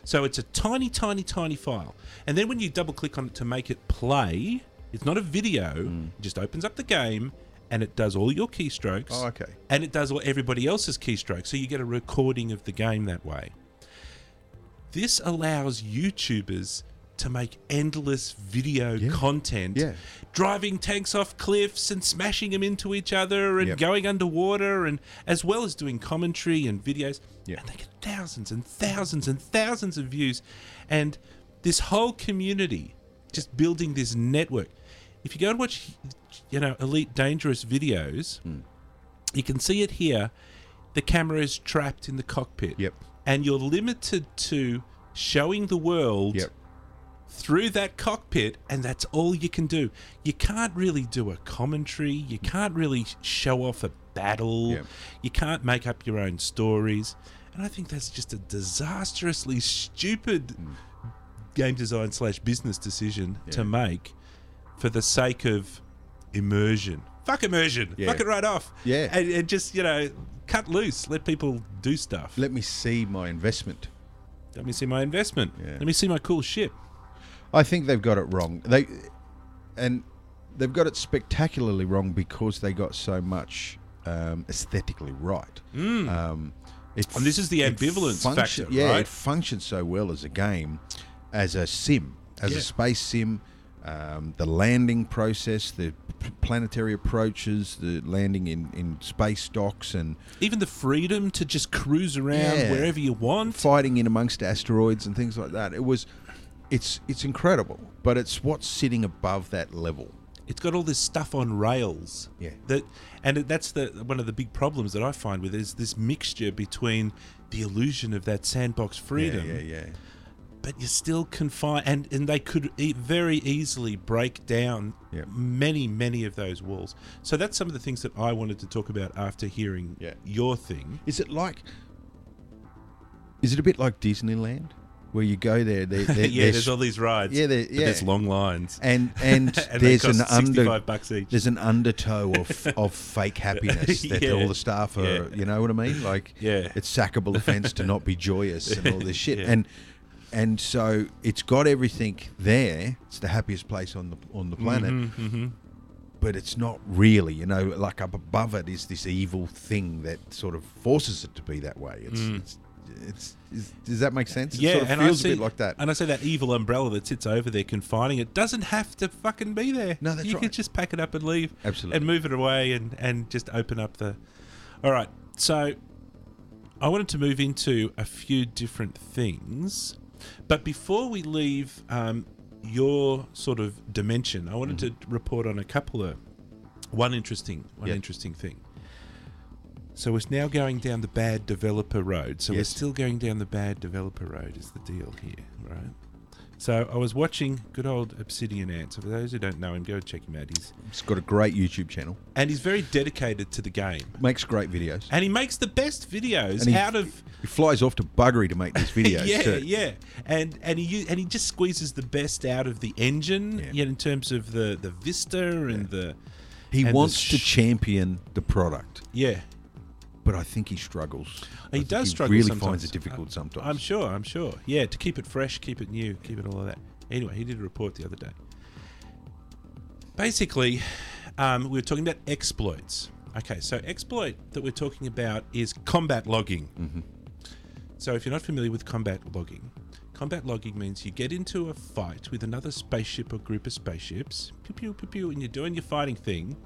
Speaker 2: So it's a tiny, tiny, tiny file. And then when you double click on it to make it play, it's not a video,
Speaker 1: Mm.
Speaker 2: it just opens up the game and it does all your keystrokes.
Speaker 1: Oh, okay.
Speaker 2: And it does all everybody else's keystrokes. So you get a recording of the game that way. This allows YouTubers to make endless video
Speaker 1: Yeah.
Speaker 2: content,
Speaker 1: Yeah.
Speaker 2: driving tanks off cliffs and smashing them into each other and
Speaker 1: Yep.
Speaker 2: going underwater, and as well as doing commentary and videos.
Speaker 1: Yeah.
Speaker 2: And they get thousands and thousands and thousands of views, and this whole community just building this network. If you go and watch, you know, Elite Dangerous videos,
Speaker 1: Hmm.
Speaker 2: you can see it here. The camera is trapped in the cockpit.
Speaker 1: Yep.
Speaker 2: And you're limited to showing the world
Speaker 1: Yep.
Speaker 2: through that cockpit, and that's all you can do. You can't really do a commentary. You can't really show off a battle.
Speaker 1: Yep.
Speaker 2: You can't make up your own stories. And I think that's just a disastrously stupid
Speaker 1: Mm.
Speaker 2: game design slash business decision to make for the sake of immersion. Fuck immersion.
Speaker 1: Yeah.
Speaker 2: Fuck it right off.
Speaker 1: Yeah.
Speaker 2: And, and just, you know, cut loose. Let people do stuff. Let,
Speaker 1: Let me see my investment.
Speaker 2: me see my investment.
Speaker 1: Yeah.
Speaker 2: Let me see my cool ship.
Speaker 1: I think they've got it wrong. They and they've got it spectacularly wrong because they got so much um, aesthetically right. Um, it,
Speaker 2: Hmm. And this is the
Speaker 1: it
Speaker 2: ambivalence
Speaker 1: function-
Speaker 2: factor,
Speaker 1: yeah,
Speaker 2: right?
Speaker 1: it functions so well as a game, as a sim, as
Speaker 2: Yeah.
Speaker 1: a space sim. Um, the landing process, the p- planetary approaches, the landing in, in space docks, and
Speaker 2: Even the freedom to just cruise around
Speaker 1: Yeah.
Speaker 2: wherever you want.
Speaker 1: fighting in amongst asteroids and things like that. It was, it's it's incredible, but it's what's sitting above that level.
Speaker 2: It's got all this stuff on rails.
Speaker 1: Yeah.
Speaker 2: That and that's the one of the big problems that I find with it is this mixture between the illusion of that sandbox freedom
Speaker 1: Yeah, yeah, yeah.
Speaker 2: but you're still confined and and they could e- very easily break down
Speaker 1: Yeah.
Speaker 2: many many of those walls so that's some of the things that i wanted to talk about after hearing
Speaker 1: Yeah.
Speaker 2: your thing
Speaker 1: Is it like? Is it a bit like Disneyland, where you go there? They're, they're,
Speaker 2: yeah
Speaker 1: they're s-
Speaker 2: there's all these rides
Speaker 1: Yeah, there-
Speaker 2: but there's
Speaker 1: yeah.
Speaker 2: long lines
Speaker 1: and and,
Speaker 2: And they
Speaker 1: there's an
Speaker 2: cost 65
Speaker 1: under
Speaker 2: bucks each.
Speaker 1: there's an undertow of, of fake happiness that
Speaker 2: Yeah.
Speaker 1: all the staff are.
Speaker 2: Yeah.
Speaker 1: You know what I mean? Like,
Speaker 2: Yeah.
Speaker 1: it's sackable offence to not be joyous and all this shit.
Speaker 2: Yeah.
Speaker 1: And and so it's got everything there. It's the happiest place on the on the planet,
Speaker 2: hmm
Speaker 1: but it's not really. You know, like up above it is this evil thing that sort of forces it to be that way. It's
Speaker 2: Mm.
Speaker 1: it's, it's, is, does that make sense? It
Speaker 2: Yeah,
Speaker 1: sort of
Speaker 2: and
Speaker 1: feels
Speaker 2: I see
Speaker 1: a bit like that.
Speaker 2: And I see that evil umbrella that sits over there confining it doesn't have to fucking be there.
Speaker 1: No, that's
Speaker 2: you
Speaker 1: right.
Speaker 2: can just pack it up and leave.
Speaker 1: Absolutely.
Speaker 2: And move it away and and just open up the. All right, so I wanted to move into a few different things, but before we leave um, your sort of dimension, I wanted to report on a couple of one interesting one
Speaker 1: Mm-hmm. Yeah.
Speaker 2: interesting thing. So we're now going down the bad developer road. So we're
Speaker 1: Yes.
Speaker 2: still going down the bad developer road is the deal here, right? So I was watching good old Obsidian Ant. So for those who don't know him, go check him out. He's
Speaker 1: It's got a great YouTube channel.
Speaker 2: and he's very dedicated to the game,
Speaker 1: Makes great videos.
Speaker 2: and he makes the best videos
Speaker 1: And he-
Speaker 2: out of
Speaker 1: He flies off to Buggery to make these videos.
Speaker 2: yeah,
Speaker 1: too.
Speaker 2: yeah, and and he u- and he just squeezes the best out of the engine,
Speaker 1: Yeah.
Speaker 2: yeah. in terms of the the vista and the
Speaker 1: He
Speaker 2: And the
Speaker 1: wants to
Speaker 2: sh-
Speaker 1: champion the product,
Speaker 2: yeah.
Speaker 1: but I think he struggles. I
Speaker 2: He
Speaker 1: think
Speaker 2: does struggle
Speaker 1: Really
Speaker 2: sometimes.
Speaker 1: finds it difficult sometimes.
Speaker 2: I'm sure, I'm sure. Yeah, to keep it fresh, keep it new, keep it all of that. Anyway, he did a report the other day. Basically, um, we were talking about exploits. Okay, so exploit that we're talking about is combat logging. So if you're not familiar with combat logging, combat logging means you get into a fight with another spaceship or group of spaceships, pew pew pew pew, and you're doing your fighting thing.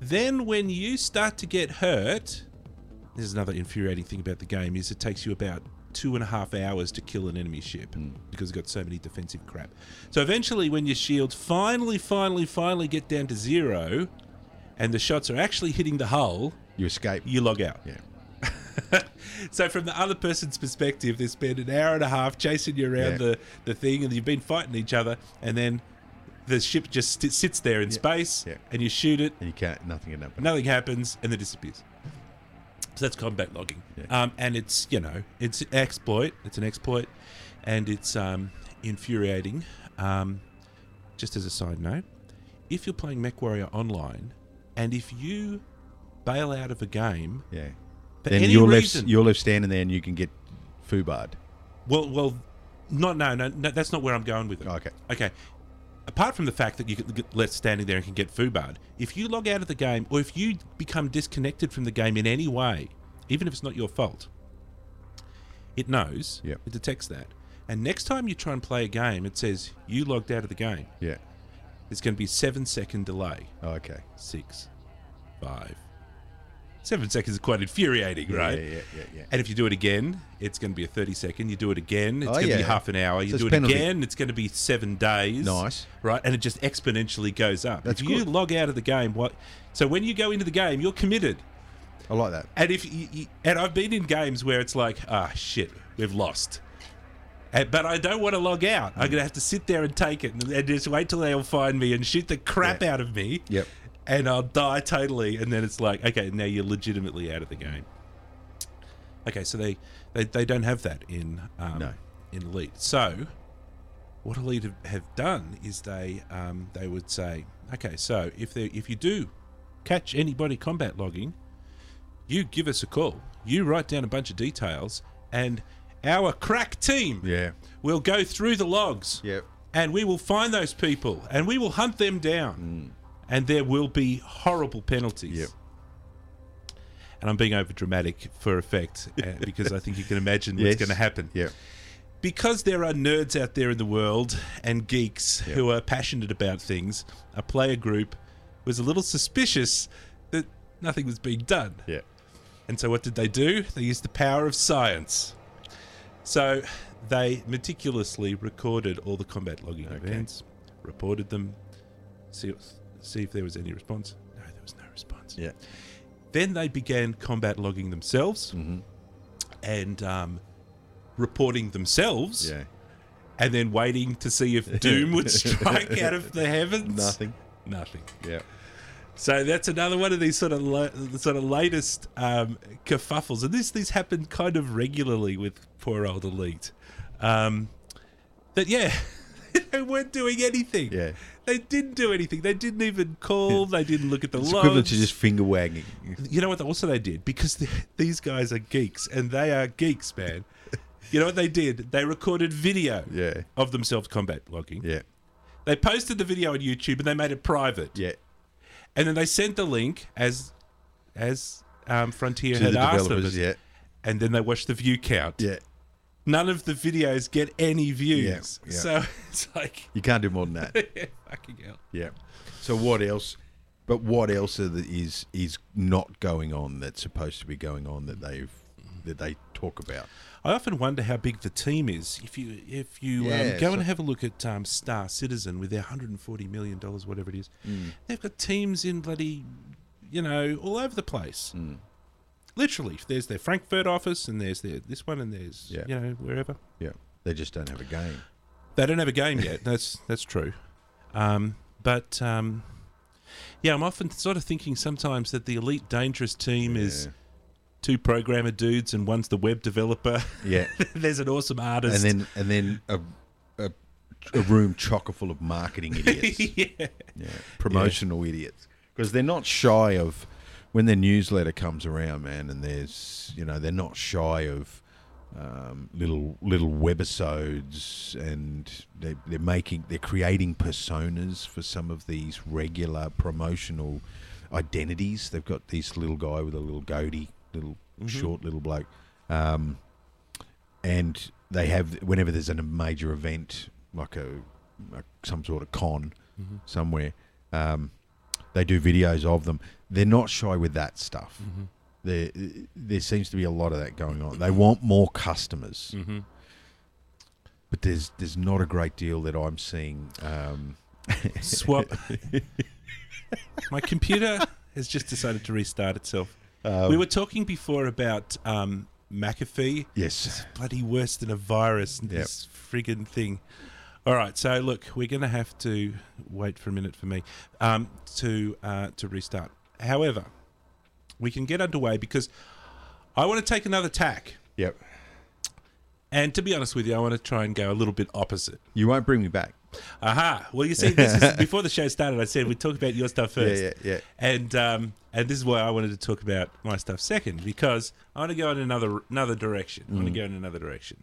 Speaker 2: Then when you start to get hurt, this is another infuriating thing about the game is it takes you about two and a half hours to kill an enemy ship
Speaker 1: Hmm.
Speaker 2: because it's got so many defensive crap. So eventually when your shields finally, finally, finally get down to zero and the shots are actually hitting the hull,
Speaker 1: You escape.
Speaker 2: you log out.
Speaker 1: Yeah.
Speaker 2: So from the other person's perspective, they spend an hour and a half chasing you around
Speaker 1: Yeah.
Speaker 2: the, the thing and you've been fighting each other and then the ship just sit- sits there in space
Speaker 1: Yeah.
Speaker 2: and you shoot it
Speaker 1: And you can't, nothing can happen.
Speaker 2: nothing happens, and it disappears. So that's combat logging,
Speaker 1: Yeah.
Speaker 2: um, and it's you know it's an exploit. It's an exploit, and it's um, infuriating. Um, just as a side note, if you're playing MechWarrior online, and if you bail out of a game
Speaker 1: Yeah.
Speaker 2: for
Speaker 1: then
Speaker 2: any
Speaker 1: you're
Speaker 2: reason,
Speaker 1: left, you're left standing there and you can get foobarred.
Speaker 2: well, well, not no, no, no, that's not where I'm going with it.
Speaker 1: Okay.
Speaker 2: Okay. Apart from the fact that you get get left standing there and can get foobarred, if you log out of the game or if you become disconnected from the game in any way, even if it's not your fault, it knows.
Speaker 1: Yep.
Speaker 2: It detects that. And next time you try and play a game, it says you logged out of the game.
Speaker 1: Yeah.
Speaker 2: There's going to be a seven second delay.
Speaker 1: Oh, okay.
Speaker 2: Six, five. Seven seconds is quite infuriating,
Speaker 1: Yeah,
Speaker 2: right?
Speaker 1: Yeah, yeah, yeah. yeah.
Speaker 2: And if you do it again, it's going to be a 30 second. You do it again, it's
Speaker 1: Oh,
Speaker 2: going to
Speaker 1: yeah.
Speaker 2: be half an hour. You
Speaker 1: So it's
Speaker 2: do it
Speaker 1: penalty.
Speaker 2: again, it's going to be seven days.
Speaker 1: Nice.
Speaker 2: Right. And it just exponentially goes up.
Speaker 1: That's
Speaker 2: if you
Speaker 1: good.
Speaker 2: log out of the game, what? So when you go into the game, you're committed.
Speaker 1: I like that.
Speaker 2: And if you, you, and I've been in games where it's like, ah, shit, we've lost. And, but I don't want to log out. I'm going to have to sit there and take it and, and just wait till they'll find me and shoot the crap
Speaker 1: Yeah.
Speaker 2: out of me.
Speaker 1: Yep.
Speaker 2: And I'll die totally. And then it's like, okay, now you're legitimately out of the game. Okay, so they they, they don't have that in um,
Speaker 1: No.
Speaker 2: in Elite. So what Elite have- have done is they um, they would say, okay, so if they if you do catch anybody combat logging, you give us a call. You write down a bunch of details, and our crack team
Speaker 1: Yeah.
Speaker 2: will go through the logs,
Speaker 1: Yep.
Speaker 2: and we will find those people, and we will hunt them down, and there will be horrible penalties.
Speaker 1: Mm. Yep.
Speaker 2: And I'm being over dramatic for effect uh, because I think you can imagine
Speaker 1: Yes.
Speaker 2: what's going to happen
Speaker 1: Yep.
Speaker 2: because there are nerds out there in the world and geeks who are passionate about things, a player group was a little suspicious that nothing was being done.
Speaker 1: Yeah.
Speaker 2: And so, what did they do? They used the power of science. So, they meticulously recorded all the combat logging events, reported them, see, see if there was any response. No, there was no response.
Speaker 1: Yeah.
Speaker 2: Then they began combat logging themselves
Speaker 1: Mm-hmm.
Speaker 2: and um, reporting themselves
Speaker 1: Yeah.
Speaker 2: and then waiting to see if doom would strike out of the heavens.
Speaker 1: Nothing.
Speaker 2: Nothing.
Speaker 1: Yeah.
Speaker 2: So that's another one of these sort of la- sort of latest um, kerfuffles, and this these happen kind of regularly with poor old elite. Um, that yeah, they weren't doing anything.
Speaker 1: Yeah.
Speaker 2: they didn't do anything. They didn't even call. They didn't look at the
Speaker 1: It's
Speaker 2: logs.
Speaker 1: equivalent to just finger wagging.
Speaker 2: You know what? Also, they did because the, these guys are geeks, and they are geeks, man. You know what they did? They recorded video
Speaker 1: Yeah.
Speaker 2: of themselves combat logging.
Speaker 1: Yeah.
Speaker 2: They posted the video on YouTube and they made it private.
Speaker 1: Yeah.
Speaker 2: And then they sent the link as as um, Frontier
Speaker 1: To
Speaker 2: had
Speaker 1: the
Speaker 2: asked them.
Speaker 1: developers. Yeah.
Speaker 2: And then they watched the view count.
Speaker 1: Yeah.
Speaker 2: None of the videos get any views.
Speaker 1: Yeah, yeah.
Speaker 2: So it's like,
Speaker 1: You can't do more than that.
Speaker 2: fucking hell.
Speaker 1: yeah. So what else? But what else are the, is is not going on that's supposed to be going on that they've that they talk about?
Speaker 2: I often wonder how big the team is. If you if you
Speaker 1: Yeah,
Speaker 2: um, go
Speaker 1: so-
Speaker 2: and have a look at um, Star Citizen with their 140 million dollars, whatever it is,
Speaker 1: Mm.
Speaker 2: they've got teams in bloody, you know, all over the place.
Speaker 1: Mm.
Speaker 2: Literally, there's their Frankfurt office, and there's their this one, and there's
Speaker 1: Yeah.
Speaker 2: you know wherever.
Speaker 1: Yeah. They just don't have a game.
Speaker 2: They don't have a game yet. That's that's true. Um, but um, yeah, I'm often sort of thinking sometimes that the elite dangerous team is two programmer dudes, and one's the web developer.
Speaker 1: Yeah.
Speaker 2: there's an awesome artist.
Speaker 1: and then and then a, a a room chocker full of marketing idiots.
Speaker 2: yeah.
Speaker 1: Yeah, promotional idiots because they're not shy of when their newsletter comes around, man, and there's you know they're not shy of um, little little webisodes and they, they're making they're creating personas for some of these regular promotional identities. They've got this little guy with a little goatee, little short little bloke, um, and they have whenever there's a major event like a, like some sort of con
Speaker 2: Mm-hmm.
Speaker 1: somewhere. Um, they do videos of them. They're not shy with that stuff.
Speaker 2: Mm-hmm.
Speaker 1: There, there seems to be a lot of that going on. They want more customers,
Speaker 2: Mm-hmm.
Speaker 1: but there's there's not a great deal that I'm seeing. Um,
Speaker 2: Swap. My computer has just decided to restart itself.
Speaker 1: um,
Speaker 2: we were talking before about um, McAfee.
Speaker 1: yes,
Speaker 2: Bloody worse than a virus, this friggin' thing. All right, so look, we're going to have to wait for a minute for me um, to uh, to restart. However, we can get underway because I want to take another tack.
Speaker 1: yep.
Speaker 2: And to be honest with you, I want to try and go a little bit opposite.
Speaker 1: You won't bring me back.
Speaker 2: Aha. Well, you see, this is, before the show started, I said we'd talk about your stuff first.
Speaker 1: Yeah, yeah, yeah.
Speaker 2: And um, and this is why I wanted to talk about my stuff second because I want to go in another another direction. I
Speaker 1: Mm.
Speaker 2: want to go in another direction.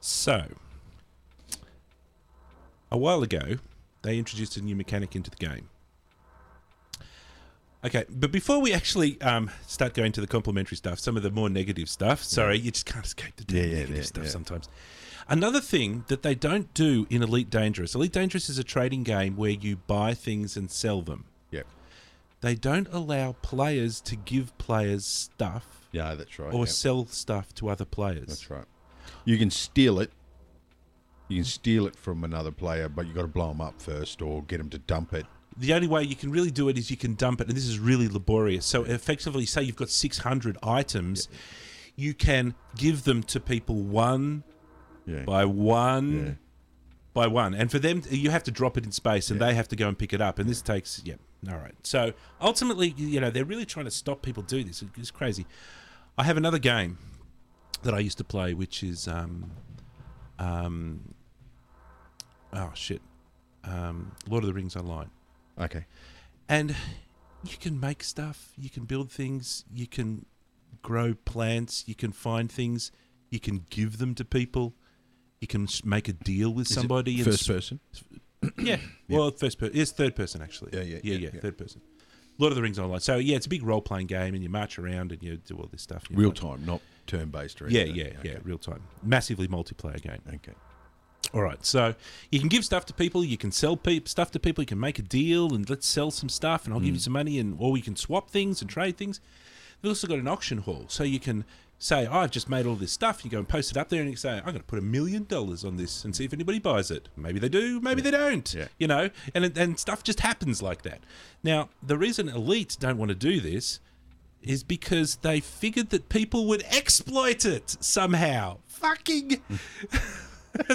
Speaker 2: So, a while ago, they introduced a new mechanic into the game. Okay, but before we actually um, start going to the complimentary stuff, some of the more negative stuff. Sorry, you just can't escape the
Speaker 1: Yeah,
Speaker 2: damn
Speaker 1: yeah,
Speaker 2: negative
Speaker 1: yeah,
Speaker 2: stuff
Speaker 1: yeah.
Speaker 2: sometimes. Another thing that they don't do in Elite Dangerous. Elite Dangerous is a trading game where you buy things and sell them.
Speaker 1: Yep.
Speaker 2: They don't allow players to give players stuff
Speaker 1: Yeah, that's right.
Speaker 2: or
Speaker 1: yep.
Speaker 2: sell stuff to other players.
Speaker 1: That's right. You can steal it. You can steal it from another player, but you got to blow them up first, or get them to dump it.
Speaker 2: the only way you can really do it is you can dump it, and this is really laborious. So effectively, say you've got 600 items, you can give them to people one
Speaker 1: Yeah.
Speaker 2: by one
Speaker 1: Yeah.
Speaker 2: by one, and for them, you have to drop it in space, and they have to go and pick it up, and this takes yeah. All right. So ultimately, you know, they're really trying to stop people do this. It's crazy. I have another game that I used to play, which is um, um, oh shit, um, Lord of the Rings Online
Speaker 1: Okay.
Speaker 2: and you can make stuff you can build things you can grow plants you can find things you can give them to people you can s- make a deal with
Speaker 1: it
Speaker 2: somebody and
Speaker 1: First
Speaker 2: s-
Speaker 1: person.
Speaker 2: yeah well first person it's third person actually
Speaker 1: Yeah, yeah,
Speaker 2: yeah
Speaker 1: yeah, yeah.
Speaker 2: third person lord of the rings online so yeah it's a big role-playing game and you march around and you do all this stuff you
Speaker 1: Real
Speaker 2: know.
Speaker 1: time, not turn based or
Speaker 2: yeah
Speaker 1: anything.
Speaker 2: yeah
Speaker 1: okay.
Speaker 2: yeah real time massively multiplayer game
Speaker 1: Okay.
Speaker 2: all right, so you can give stuff to people, you can sell peop stuff to people, you can make a deal, and let's sell some stuff, and I'll
Speaker 1: Mm.
Speaker 2: give you some money, and or we can swap things and trade things. They've also got an auction hall, so you can say, oh, "I've just made all this stuff." You go and post it up there, and you can say, "I'm going to put a million dollars on this and see if anybody buys it." Maybe they do, maybe they don't.
Speaker 1: Yeah.
Speaker 2: You know, and it- and stuff just happens like that. Now, the reason elites don't want to do this is because they figured that people would exploit it somehow. Fucking.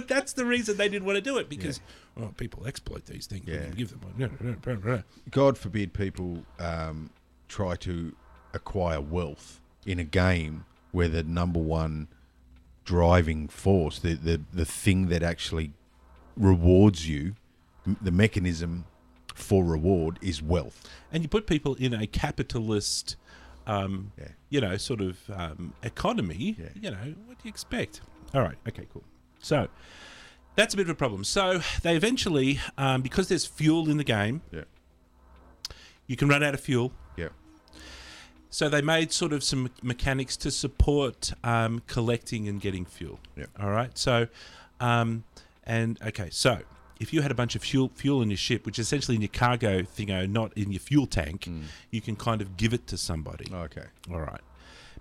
Speaker 2: That's the reason they didn't want to do it because well, people exploit these things.
Speaker 1: Yeah.
Speaker 2: Yeah. Give them.
Speaker 1: God forbid people um, try to acquire wealth in a game where the number one driving force, the, the, the thing that actually rewards you, m- the mechanism for reward is wealth.
Speaker 2: And you put people in a capitalist, um,
Speaker 1: Yeah.
Speaker 2: you know, sort of um, economy.
Speaker 1: Yeah.
Speaker 2: You know, what do you expect? All right. Okay. Cool. So that's a bit of a problem. So they eventually, um, because there's fuel in the game,
Speaker 1: Yeah.
Speaker 2: you can run out of fuel.
Speaker 1: Yeah.
Speaker 2: So they made sort of some mechanics to support um, collecting and getting fuel.
Speaker 1: Yeah.
Speaker 2: All right. So, um, and okay. So if you had a bunch of fuel fuel in your ship, which is essentially in your cargo thingo, not in your fuel tank, you can kind of give it to somebody.
Speaker 1: Oh, Okay.
Speaker 2: All right.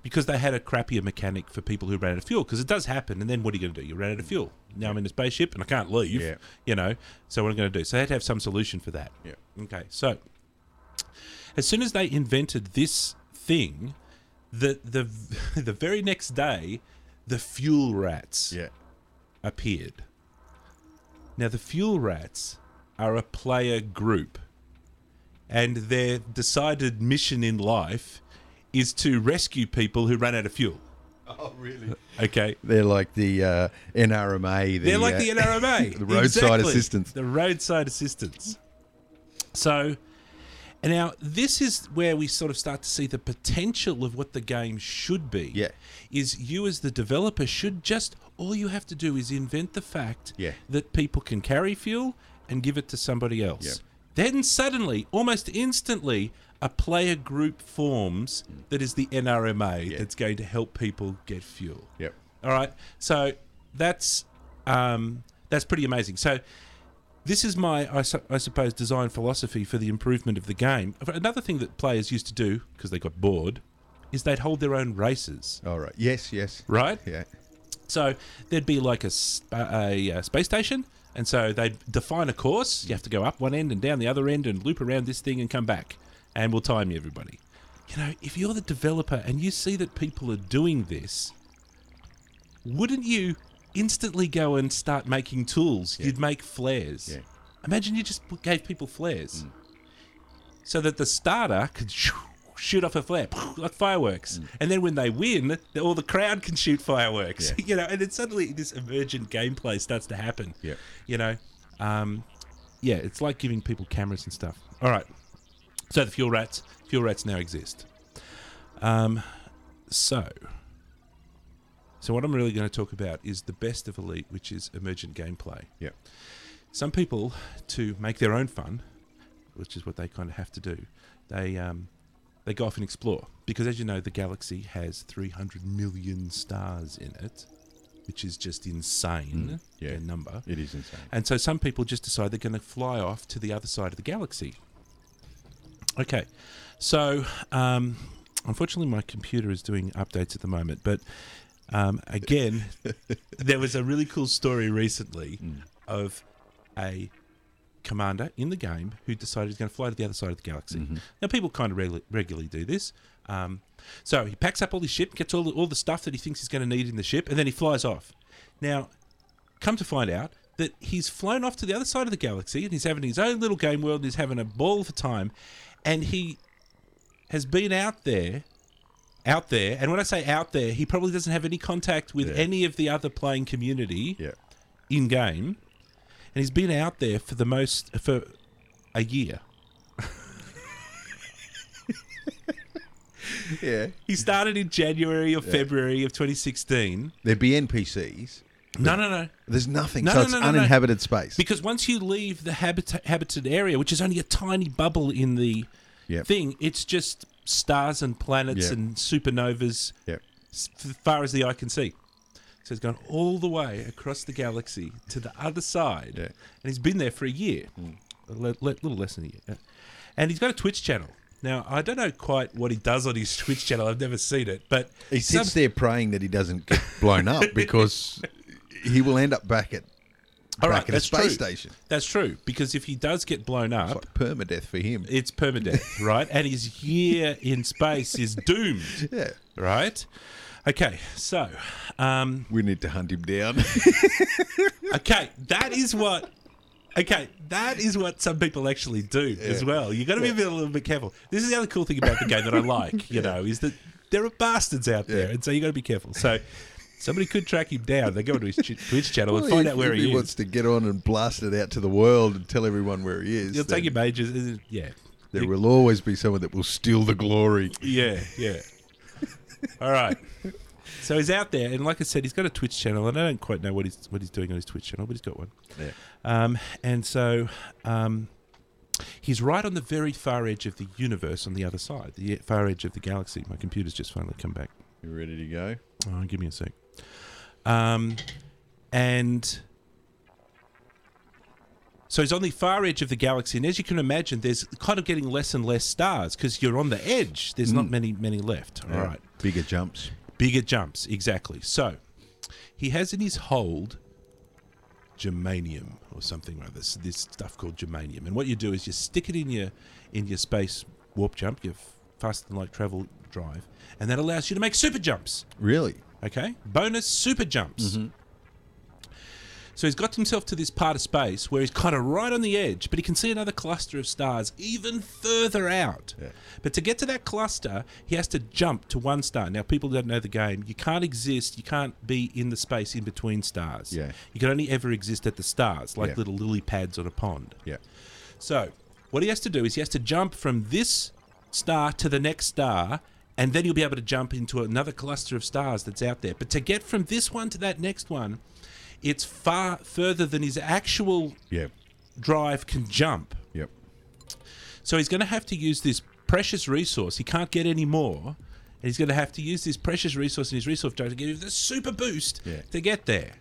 Speaker 2: Because they had a crappier mechanic for people who ran out of fuel, because it does happen. And then what are you going to do? You ran out of fuel. Now I'm in a spaceship and I can't leave.
Speaker 1: Yeah.
Speaker 2: You know. So what am I going to do? So they had to have some solution for that.
Speaker 1: Yeah.
Speaker 2: Okay. So as soon as they invented this thing, the the the very next day, the fuel rats
Speaker 1: Yeah.
Speaker 2: appeared. Now, the Fuel Rats are a player group, and their decided mission in life is to rescue people who ran out of fuel.
Speaker 1: Oh, really?
Speaker 2: Okay.
Speaker 1: They're like the uh, NRMA. The,
Speaker 2: They're like
Speaker 1: uh,
Speaker 2: the NRMA.
Speaker 1: the roadside
Speaker 2: Exactly.
Speaker 1: assistance.
Speaker 2: The roadside assistance. So, and now this is where we sort of start to see the potential of what the game should be.
Speaker 1: Yeah.
Speaker 2: Is you as the developer should just, all you have to do is invent the fact
Speaker 1: Yeah.
Speaker 2: that people can carry fuel and give it to somebody else.
Speaker 1: Yeah.
Speaker 2: Then suddenly, almost instantly, a player group forms
Speaker 1: Mm.
Speaker 2: that is the NRMA that's going to help people get fuel.
Speaker 1: Yep.
Speaker 2: All right. So that's um, that's pretty amazing. So this is my, I, su- I suppose, design philosophy for the improvement of the game. Another thing that players used to do because they got bored is they'd hold their own races,
Speaker 1: All right. Yes. Yes.
Speaker 2: right?
Speaker 1: Yeah.
Speaker 2: So there'd be like a, sp- a, uh space station, and so they'd define a course. You have to go up one end and down the other end and loop around this thing and come back, and we'll time you, everybody. You know, if you're the developer and you see that people are doing this, wouldn't you instantly go and start making tools? You'd make flares.
Speaker 1: Yeah. Mm.
Speaker 2: Imagine you just gave people flares so that the starter could shoo- shoot off a flare like fireworks,
Speaker 1: Mm.
Speaker 2: and then when they win, the- all the crowd can shoot fireworks.
Speaker 1: Yeah.
Speaker 2: You know, and then suddenly this emergent gameplay starts to happen.
Speaker 1: Yeah.
Speaker 2: You know, um, yeah, it's like giving people cameras and stuff. All right, so the fuel rats, fuel rats now exist. Um, so. So what I'm really going to talk about is the best of Elite, which is emergent gameplay
Speaker 1: Yep.
Speaker 2: some people to make their own fun, which is what they kind of have to do. They um, they go off and explore because, as you know, the galaxy has 300 million stars in it, which is just insane.
Speaker 1: yeah.
Speaker 2: their number.
Speaker 1: It is insane.
Speaker 2: And so some people just decide they're going to fly off to the other side of the galaxy. Okay, so um, unfortunately, my computer is doing updates at the moment, but um, again, there was a really cool story recently of a commander in the game who decided he's going to fly to the other side of the galaxy. Now, people kind of regu- regularly do this. Um, so he packs up all his ship, gets all the, all the stuff that he thinks he's going to need in the ship, and then he flies off. Now, come to find out that he's flown off to the other side of the galaxy and he's having his own little game world and he's having a ball for time and he has been out there out there and when i say out there he probably doesn't have any contact with
Speaker 1: Yeah.
Speaker 2: any of the other playing community
Speaker 1: Yeah.
Speaker 2: in game and he's been out there for the most for a year
Speaker 1: Yeah.
Speaker 2: he started in january or february of 2016
Speaker 1: There'd be NPCs.
Speaker 2: no no no
Speaker 1: There's nothing.
Speaker 2: No,
Speaker 1: so
Speaker 2: no,
Speaker 1: it's
Speaker 2: no, no, no.
Speaker 1: uninhabited space.
Speaker 2: Because once you leave the habita- habited area, which is only a tiny bubble in the
Speaker 1: Yep.
Speaker 2: thing, it's just stars and planets
Speaker 1: Yep.
Speaker 2: and supernovas
Speaker 1: yep.
Speaker 2: s- f- as far as the eye can see. So he's gone all the way across the galaxy to the other side,
Speaker 1: Yeah. Hmm.
Speaker 2: and he's been there for a year, a le- le- little less than a year. Uh, And he's got a Twitch channel. Now I don't know quite what he does on his Twitch channel. I've never seen it, but
Speaker 1: He sits
Speaker 2: some-
Speaker 1: there praying that he doesn't get blown up because he will end up back at
Speaker 2: All right,
Speaker 1: back at a
Speaker 2: that's
Speaker 1: space
Speaker 2: true.
Speaker 1: station.
Speaker 2: That's true because if he does get blown up,
Speaker 1: Like permadeath for him.
Speaker 2: it's permadeath, right? And his year in space is doomed,
Speaker 1: Yeah.
Speaker 2: right? Okay, so, um,
Speaker 1: We need to hunt him down.
Speaker 2: okay, that is what. Okay, that is what some people actually do as well. You got to be a, bit, a little bit careful. This is the other cool thing about the game that I like, you know, is that there are bastards out there,
Speaker 1: Yeah.
Speaker 2: and so you got to be careful. So somebody could track him down. They go to his Twitch Twitch channel and
Speaker 1: Well,
Speaker 2: find
Speaker 1: if-
Speaker 2: out where
Speaker 1: if
Speaker 2: he, is.
Speaker 1: wants to get on and blast it out to the world and tell everyone where he is.
Speaker 2: He'll
Speaker 1: then
Speaker 2: take him ages. Yeah,
Speaker 1: There will always be someone that will steal the glory.
Speaker 2: Yeah, yeah. All right. So he's out there, and like I said, he's got a Twitch channel, and I don't quite know what he's what he's doing on his Twitch channel, but he's got one.
Speaker 1: Yeah.
Speaker 2: Um, and so um, he's right on the very far edge of the universe, on the other side, the far edge of the galaxy. My computer's just finally come back.
Speaker 1: You ready to go?
Speaker 2: Oh, give me a sec. Um, and so he's on the far edge of the galaxy, and as you can imagine, there's kind of getting less and less stars because you're on the edge. There's not many, many left. All right,
Speaker 1: Bigger jumps.
Speaker 2: bigger jumps exactly. So he has in his hold germanium or something like this. This stuff called germanium, and what you do is you stick it in your in your space warp jump, your faster than light travel drive, and that allows you to make super jumps.
Speaker 1: Really?
Speaker 2: Okay. Bonus super jumps.
Speaker 1: Mm-hmm.
Speaker 2: So he's got himself to this part of space where he's kind of right on the edge, but he can see another cluster of stars even further out.
Speaker 1: Yeah.
Speaker 2: But to get to that cluster, he has to jump to one star. Now, people don't know the game. You can't exist, you can't be in the space in between stars.
Speaker 1: Yeah.
Speaker 2: You can only ever exist at the stars, like
Speaker 1: Yeah.
Speaker 2: little lily pads on a pond.
Speaker 1: Yeah.
Speaker 2: So, what he has to do is he has to jump from this star to the next star, and then you'll be able to jump into another cluster of stars that's out there. But to get from this one to that next one, it's far further than his actual
Speaker 1: Yeah.
Speaker 2: drive can jump.
Speaker 1: Yep.
Speaker 2: So he's going to have to use this precious resource. He can't get any more. And he's going to have to use this precious resource in his resource drive to give him the super boost
Speaker 1: Yeah.
Speaker 2: to get there.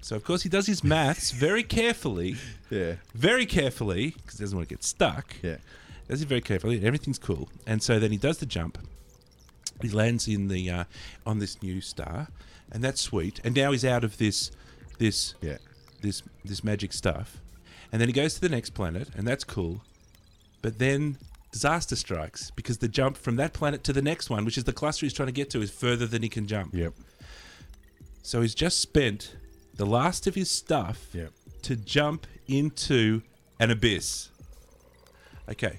Speaker 2: So, of course, he does his maths very carefully,
Speaker 1: Yeah.
Speaker 2: very carefully, because he doesn't want to get stuck.
Speaker 1: Yeah.
Speaker 2: Does it very carefully. and Everything's cool, and so then he does the jump. He lands in the uh, on this new star, and that's sweet. And now he's out of this this
Speaker 1: Yeah.
Speaker 2: this this magic stuff, and then he goes to the next planet, and that's cool. But then disaster strikes because the jump from that planet to the next one, which is the cluster he's trying to get to, is further than he can jump.
Speaker 1: Yep.
Speaker 2: So he's just spent the last of his stuff
Speaker 1: Yep.
Speaker 2: to jump into an abyss. Okay,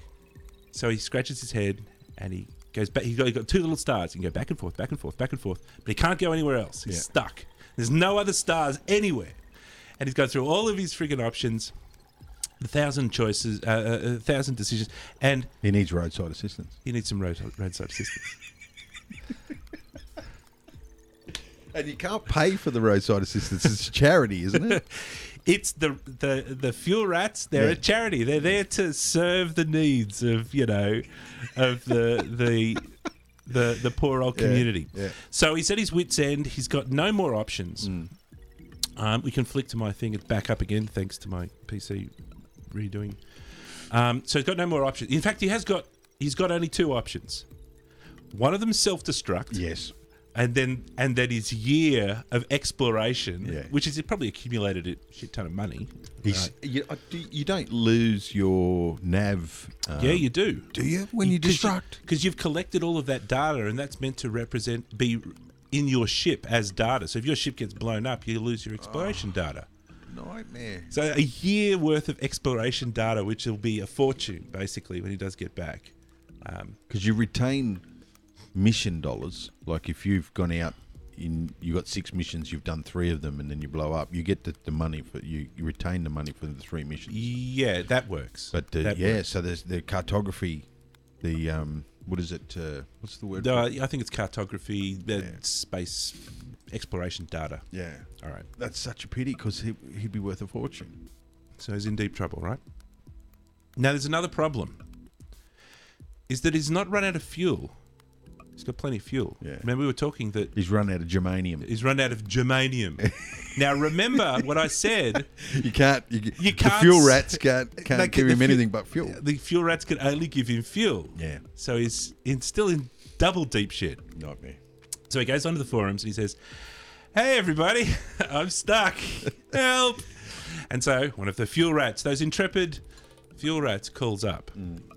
Speaker 2: so he scratches his head and he goes back. He's got, he's got two little stars. He can go back and forth, back and forth, back and forth, but he can't go anywhere else. He's
Speaker 1: Yeah.
Speaker 2: stuck. There's no other stars anywhere, and he's gone through all of his friggin' options, a thousand choices, uh, uh, a thousand decisions, and
Speaker 1: He needs roadside assistance.
Speaker 2: he needs some road roadside assistance.
Speaker 1: And you can't pay for the roadside assistance. It's a charity, isn't it?
Speaker 2: It's the the the fuel rats. They're
Speaker 1: Yeah.
Speaker 2: a charity. They're there to serve the needs of you know, of the the the the poor old community.
Speaker 1: yeah.
Speaker 2: So he's at his wits' end. He's got no more options.
Speaker 1: Mm.
Speaker 2: Um, we can flick to my thing and back up again, thanks to my PC redoing. Um, so he's got no more options. In fact, he has got he's got only two options. One of them self destruct
Speaker 1: yes.
Speaker 2: and then and then his year of exploration,
Speaker 1: Yeah.
Speaker 2: which is he probably accumulated a shit ton of money.
Speaker 1: He's, you, I- do- you don't lose your nav. Um,
Speaker 2: yeah, you do.
Speaker 1: do you when you destruct?
Speaker 2: because you've collected all of that data, and that's meant to represent be in your ship as data. So if your ship gets blown up, you lose your exploration
Speaker 1: Oh.
Speaker 2: data.
Speaker 1: Nightmare.
Speaker 2: So a year worth of exploration data, which will be a fortune basically when he does get back.
Speaker 1: because you retain mission dollars. Like if you've gone out in, you got six missions, you've done three of them, and then you blow up. You get the, the money for you, you retain the money for the three missions.
Speaker 2: Yeah, that works.
Speaker 1: But uh,
Speaker 2: That
Speaker 1: yeah,
Speaker 2: works.
Speaker 1: so there's the cartography, the um, what is it? Uh, what's the word?
Speaker 2: No,
Speaker 1: for it?
Speaker 2: I think it's cartography, the
Speaker 1: Yeah.
Speaker 2: space exploration data.
Speaker 1: yeah,
Speaker 2: All right.
Speaker 1: that's such a pity because he, he'd be worth a fortune.
Speaker 2: So he's in deep trouble, right? Now there's another problem. Is that he's not run out of fuel. He's got plenty of fuel.
Speaker 1: Yeah.
Speaker 2: Remember we were talking that
Speaker 1: He's run out of germanium.
Speaker 2: he's run out of germanium. now remember what I said.
Speaker 1: You can't. You,
Speaker 2: You
Speaker 1: The
Speaker 2: can't
Speaker 1: fuel
Speaker 2: s-
Speaker 1: rats can't can't
Speaker 2: Like,
Speaker 1: give
Speaker 2: the
Speaker 1: him
Speaker 2: fu-
Speaker 1: anything but fuel.
Speaker 2: The fuel rats can only give him fuel.
Speaker 1: Yeah.
Speaker 2: So he's in, still in double deep shit.
Speaker 1: Nightmare.
Speaker 2: So he goes onto the forums and he says, Hey, everybody, I'm stuck. Help. And so one of the fuel rats, those intrepid fuel rats, calls up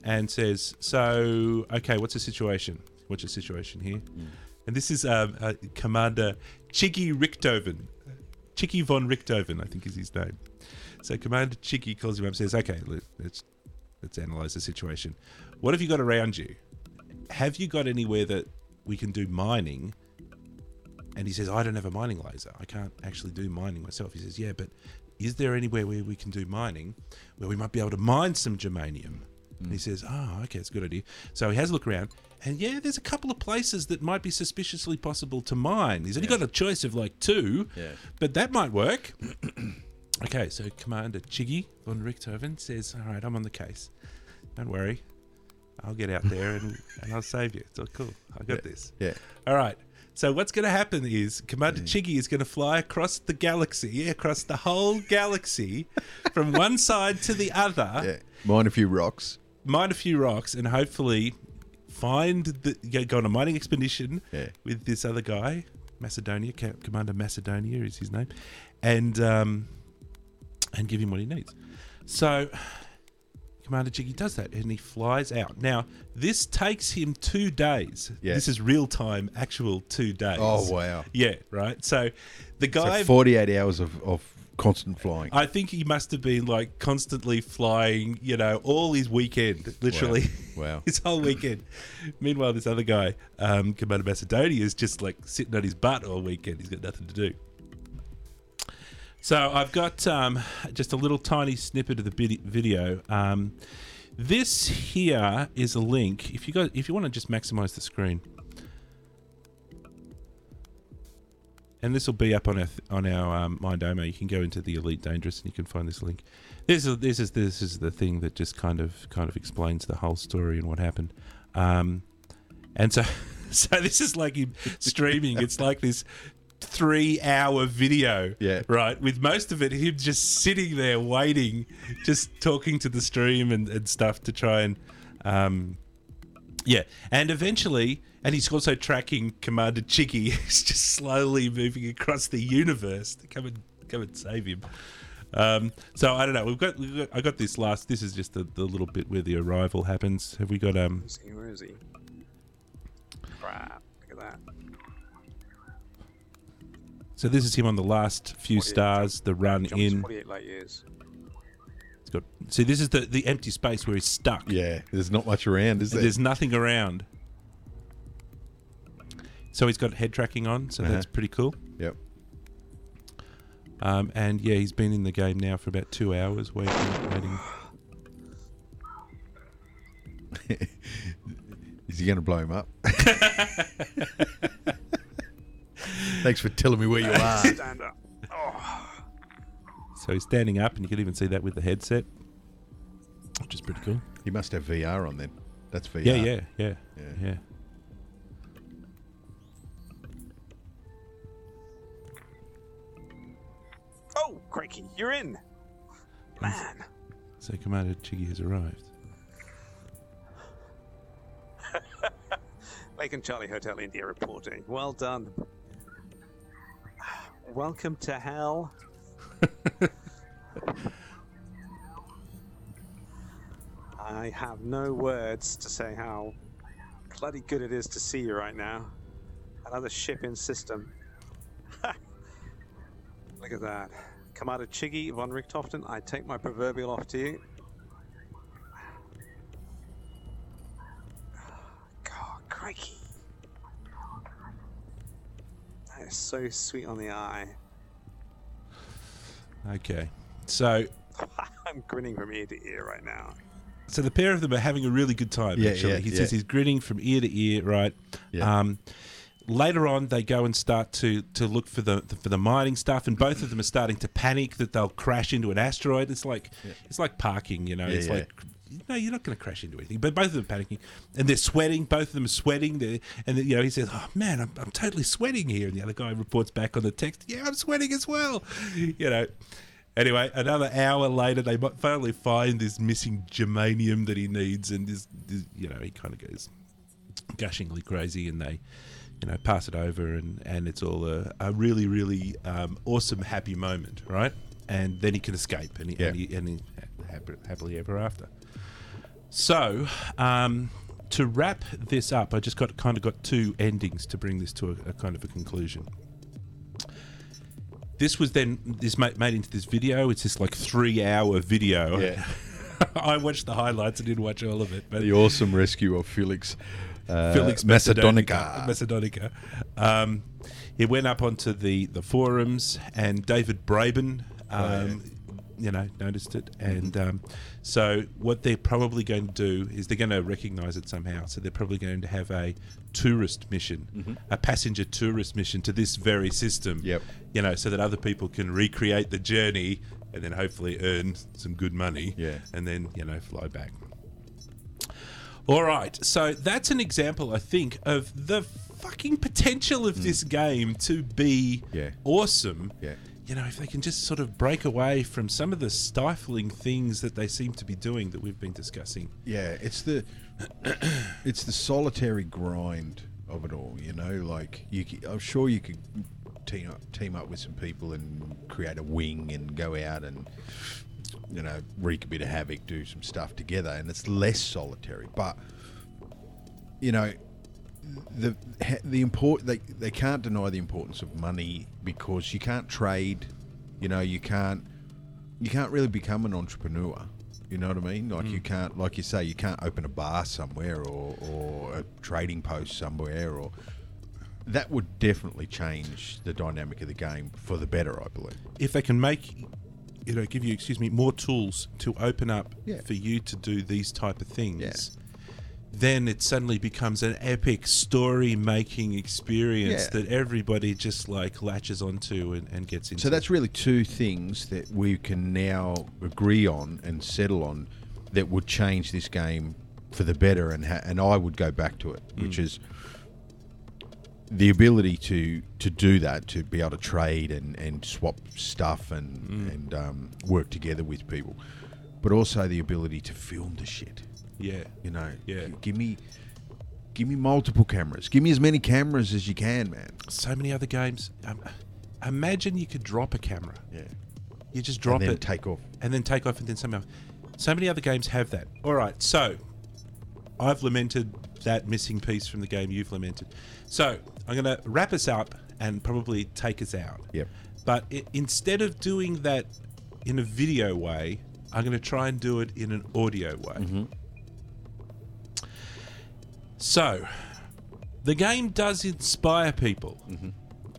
Speaker 2: and says, So, okay, what's the situation? What's the situation here? And this is um, uh, Commander Chiggy Richtoven. Chicky von Richtoven, I think is his name. So Commander Chicky calls him up and says, Okay, let- let's, let's analyze the situation. What have you got around you? Have you got anywhere that we can do mining? And he says, I don't have a mining laser. I can't actually do mining myself. He says, Yeah, but is there anywhere where we can do mining where we might be able to mine some germanium? And he says, "Oh, okay, it's a good idea." So he has a look around, and yeah, there's a couple of places that might be suspiciously possible to mine. He's only got a choice of like two,
Speaker 1: Yeah.
Speaker 2: but that might work. okay, so Commander Chiggy von Richthofen says, "All right, I'm on the case. Don't worry, I'll get out there and, and I'll save you. It's all cool. I got this."
Speaker 1: Yeah.
Speaker 2: All right. So what's going to happen is
Speaker 1: Mm.
Speaker 2: Commander Chiggy is going to fly across the galaxy, yeah, across the whole galaxy, from one side to the other,
Speaker 1: Yeah. Mine a few rocks.
Speaker 2: mine a few rocks, and hopefully find the go- go on a mining expedition
Speaker 1: Yeah.
Speaker 2: with this other guy, Macedonia Ca- Commander Macedonia is his name, and um, and give him what he needs. So Commander Jiggy does that, and he flies out. Now this takes him two days.
Speaker 1: Yeah.
Speaker 2: This is real time, actual two days.
Speaker 1: Oh, wow.
Speaker 2: Yeah, right. So the guy
Speaker 1: So 48 hours of, of constant flying.
Speaker 2: I think he must have been like constantly flying, you know, all his weekend, literally.
Speaker 1: Wow.
Speaker 2: his whole weekend. Meanwhile, this other guy, um, Commander Macedonia, is just like sitting on his butt all weekend. He's got nothing to do. So I've got um, just a little tiny snippet of the vid- video. Um, this here is a link. If you go, if you want to just maximize the screen, and this will be up on our on our um, Mind Omo. You can go into the Elite Dangerous and you can find this link. This is this is this is the thing that just kind of kind of explains the whole story and what happened. Um, and so so this is like him streaming. It's like this three hour video
Speaker 1: Yeah.
Speaker 2: right with most of it him just sitting there waiting just talking to the stream and, and stuff to try and um, yeah, and eventually, and he's also tracking Commander Chicky. He's just slowly moving across the universe to come and come and save him. Um, so I don't know. We've got, we've got. I got this last. This is just the, the little bit where the arrival happens. Have we got um?
Speaker 3: Where's he? Where is he? Crap! Look at that.
Speaker 2: So this is him on the last few
Speaker 3: What is-
Speaker 2: stars. The run
Speaker 3: Jumps
Speaker 2: in.
Speaker 3: 48 light years.
Speaker 2: It's got, see, this is the the empty space where he's stuck.
Speaker 1: Yeah. There's not much around, is there?
Speaker 2: There's nothing around. So he's got head tracking on. So
Speaker 1: Uh-huh.
Speaker 2: that's pretty cool.
Speaker 1: Yep.
Speaker 2: Um, and yeah, he's been in the game now for about two hours waiting. waiting.
Speaker 1: Is he going to blow him up? Thanks for telling me where you are.
Speaker 3: Stand up. Oh,
Speaker 2: So he's standing up, and you can even see that with the headset, which is pretty cool.
Speaker 1: He must have VR on then. That's VR.
Speaker 2: Yeah, yeah, yeah, yeah.
Speaker 1: Yeah.
Speaker 3: oh, crikey! You're in. Man,
Speaker 2: So Commander Chiggy has arrived.
Speaker 3: Lake and Charlie Hotel India reporting. Well done. Welcome to hell. I have no words to say how bloody good it is to see you right now. Another ship in system. Look at that. Commander Chiggy von Richthofen, I take my proverbial off to you. God, Oh, crikey. That is so sweet on the eye.
Speaker 2: Okay. So,
Speaker 3: I'm grinning from ear to ear right now.
Speaker 2: so the pair of them are having a really good time.
Speaker 1: Yeah,
Speaker 2: actually,
Speaker 1: yeah,
Speaker 2: he says
Speaker 1: yeah.
Speaker 2: he's grinning from ear to ear. Right.
Speaker 1: Yeah.
Speaker 2: Um, later on, they go and start to to look for the for the mining stuff, and both of them are starting to panic that they'll crash into an asteroid. It's like it's like parking, you know.
Speaker 1: Yeah,
Speaker 2: it's
Speaker 1: yeah.
Speaker 2: like no, you're not going to crash into anything. But both of them are panicking, and they're sweating. Both of them are sweating. They're, and you know, he says, "Oh man, I'm, I'm totally sweating here." And the other guy reports back on the text, "Yeah, I'm sweating as well." You know. Anyway, another hour later, they might finally find this missing germanium that he needs, and this, this you know, he kind of goes gushingly crazy and they you know pass it over and and it's all a, a really really um, awesome happy moment right and then he can escape and he, and,
Speaker 1: Yeah.
Speaker 2: he, and he happy, happily ever after so um to wrap this up i just got kind of got two endings to bring this to a, a kind of a conclusion this was then this made, made into this video it's this like three hour video
Speaker 1: Yeah.
Speaker 2: i watched the highlights i didn't watch all of it but
Speaker 1: The awesome rescue of Felix. Uh,
Speaker 2: Felix
Speaker 1: Macedonica.
Speaker 2: Macedonica. Macedonica. Um, it went up onto the, the forums, and David Braben um, you know, noticed it. And um, so what they're probably going to do is they're going to recognize it somehow. So they're probably going to have a tourist mission, a passenger tourist mission to this very system.
Speaker 1: Yep.
Speaker 2: You know, so that other people can recreate the journey and then hopefully earn some good money.
Speaker 1: Yeah.
Speaker 2: And then, you know, fly back. All right, so that's an example, I think, of the fucking potential of this game to be
Speaker 1: Hmm. Yeah.
Speaker 2: awesome.
Speaker 1: Yeah.
Speaker 2: You know, if they can just sort of break away from some of the stifling things that they seem to be doing that we've been discussing.
Speaker 1: Yeah, it's the it's the solitary grind of it all. You know, like you, c- I'm sure you could team up team up with some people and create a wing and go out and you know wreak a bit of havoc, do some stuff together, and it's less solitary. But you know, the the import they they can't deny the importance of money because you can't trade. You know, you can't you can't really become an entrepreneur. You know what I mean? Like you can't, like you say, you can't open a bar somewhere or, or a trading post somewhere, or that would definitely change the dynamic of the game for the better, I believe.
Speaker 2: If they can make, you know, give you, excuse me, more tools to open up
Speaker 1: Yeah.
Speaker 2: for you to do these type of things. Then it suddenly becomes an epic story making experience
Speaker 1: Yeah.
Speaker 2: that everybody just like latches onto and, and gets into.
Speaker 1: So that's really two things that we can now agree on and settle on that would change this game for the better, and ha- and I would go back to it, which is the ability to to do that, to be able to trade and, and swap stuff and and um, work together with people, but also the ability to film the shit.
Speaker 2: yeah.
Speaker 1: You know,
Speaker 2: Yeah.
Speaker 1: Give me, give me multiple cameras. Give me as many cameras as you can, man.
Speaker 2: So many other games. Um, imagine you could drop a camera.
Speaker 1: Yeah.
Speaker 2: You just
Speaker 1: Drop
Speaker 2: drop
Speaker 1: and then
Speaker 2: it
Speaker 1: Take off.
Speaker 2: and then take off and then somehow. So many other games have that. All right, so I've lamented that missing piece from the game you've lamented. So I'm going to wrap us up and probably take us out.
Speaker 1: Yep.
Speaker 2: But i instead of doing that in a video way, I'm going to try and do it in an audio way. So the game does inspire people.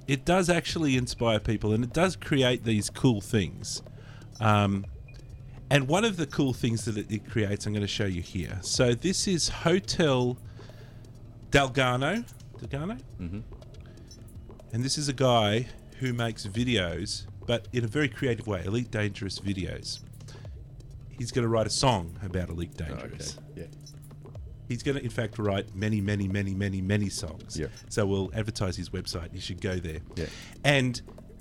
Speaker 2: It does actually inspire people and it does create these cool things. Um, and one of the cool things that it, it creates, I'm going to show you here. So this is Hotel Delgano. Delgano? Mm-hmm. And this is a guy who makes videos, but in a very creative way, Elite Dangerous videos. He's going to write a song about Elite Dangerous.
Speaker 1: Yeah.
Speaker 2: He's going to, in fact, write many, many, many, many, many songs.
Speaker 1: Yeah.
Speaker 2: So we'll advertise his website. You should go there.
Speaker 1: Yeah.
Speaker 2: And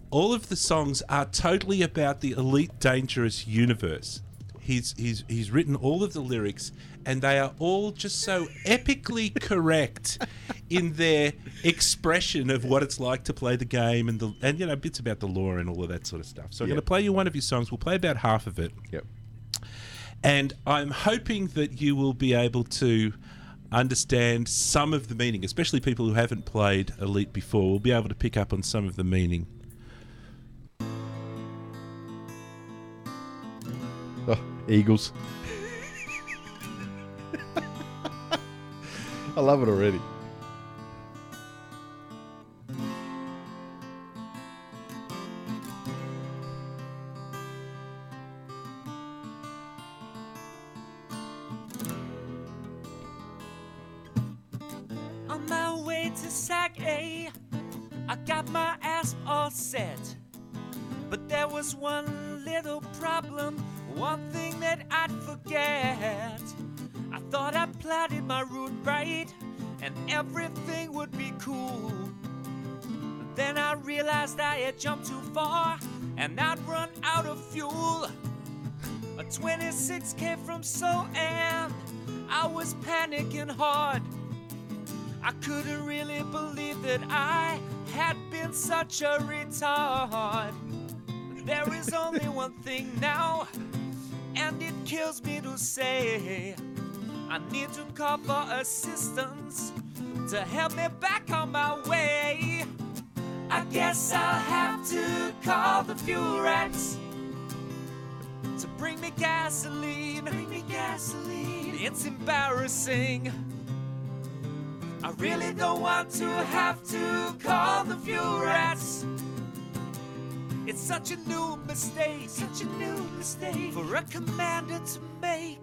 Speaker 2: all of the songs are totally about the Elite Dangerous universe. He's, he's, he's written all of the lyrics, and they are all just so epically correct in their expression of what it's like to play the game and, the, and you know, bits about the lore and all of that sort of stuff. So I'm
Speaker 1: Yeah.
Speaker 2: going to play you one of his songs. We'll play about half of it.
Speaker 1: Yep.
Speaker 2: And I'm hoping that you will be able to understand some of the meaning, especially people who haven't played Elite before will be able to pick up on some of the meaning.
Speaker 1: Oh, Eagles. I love it already.
Speaker 4: On my way to Sac A, I got my ass all set. But there was one little problem, one thing that I'd forget. I thought I plotted my route right, and everything would be cool. But then I realized I had jumped too far, and I'd run out of fuel. A 26k from Soam, I was panicking hard. I couldn't really believe that I had been such a retard. There is only one thing now, and it kills me to say. I need to call for assistance to help me back on my way. I guess I'll have to call the fuel racks to bring me gasoline. Bring me gasoline. It's embarrassing. I really don't want to have to call the fuel rats. It's such a new mistake, such a new mistake for a commander to make.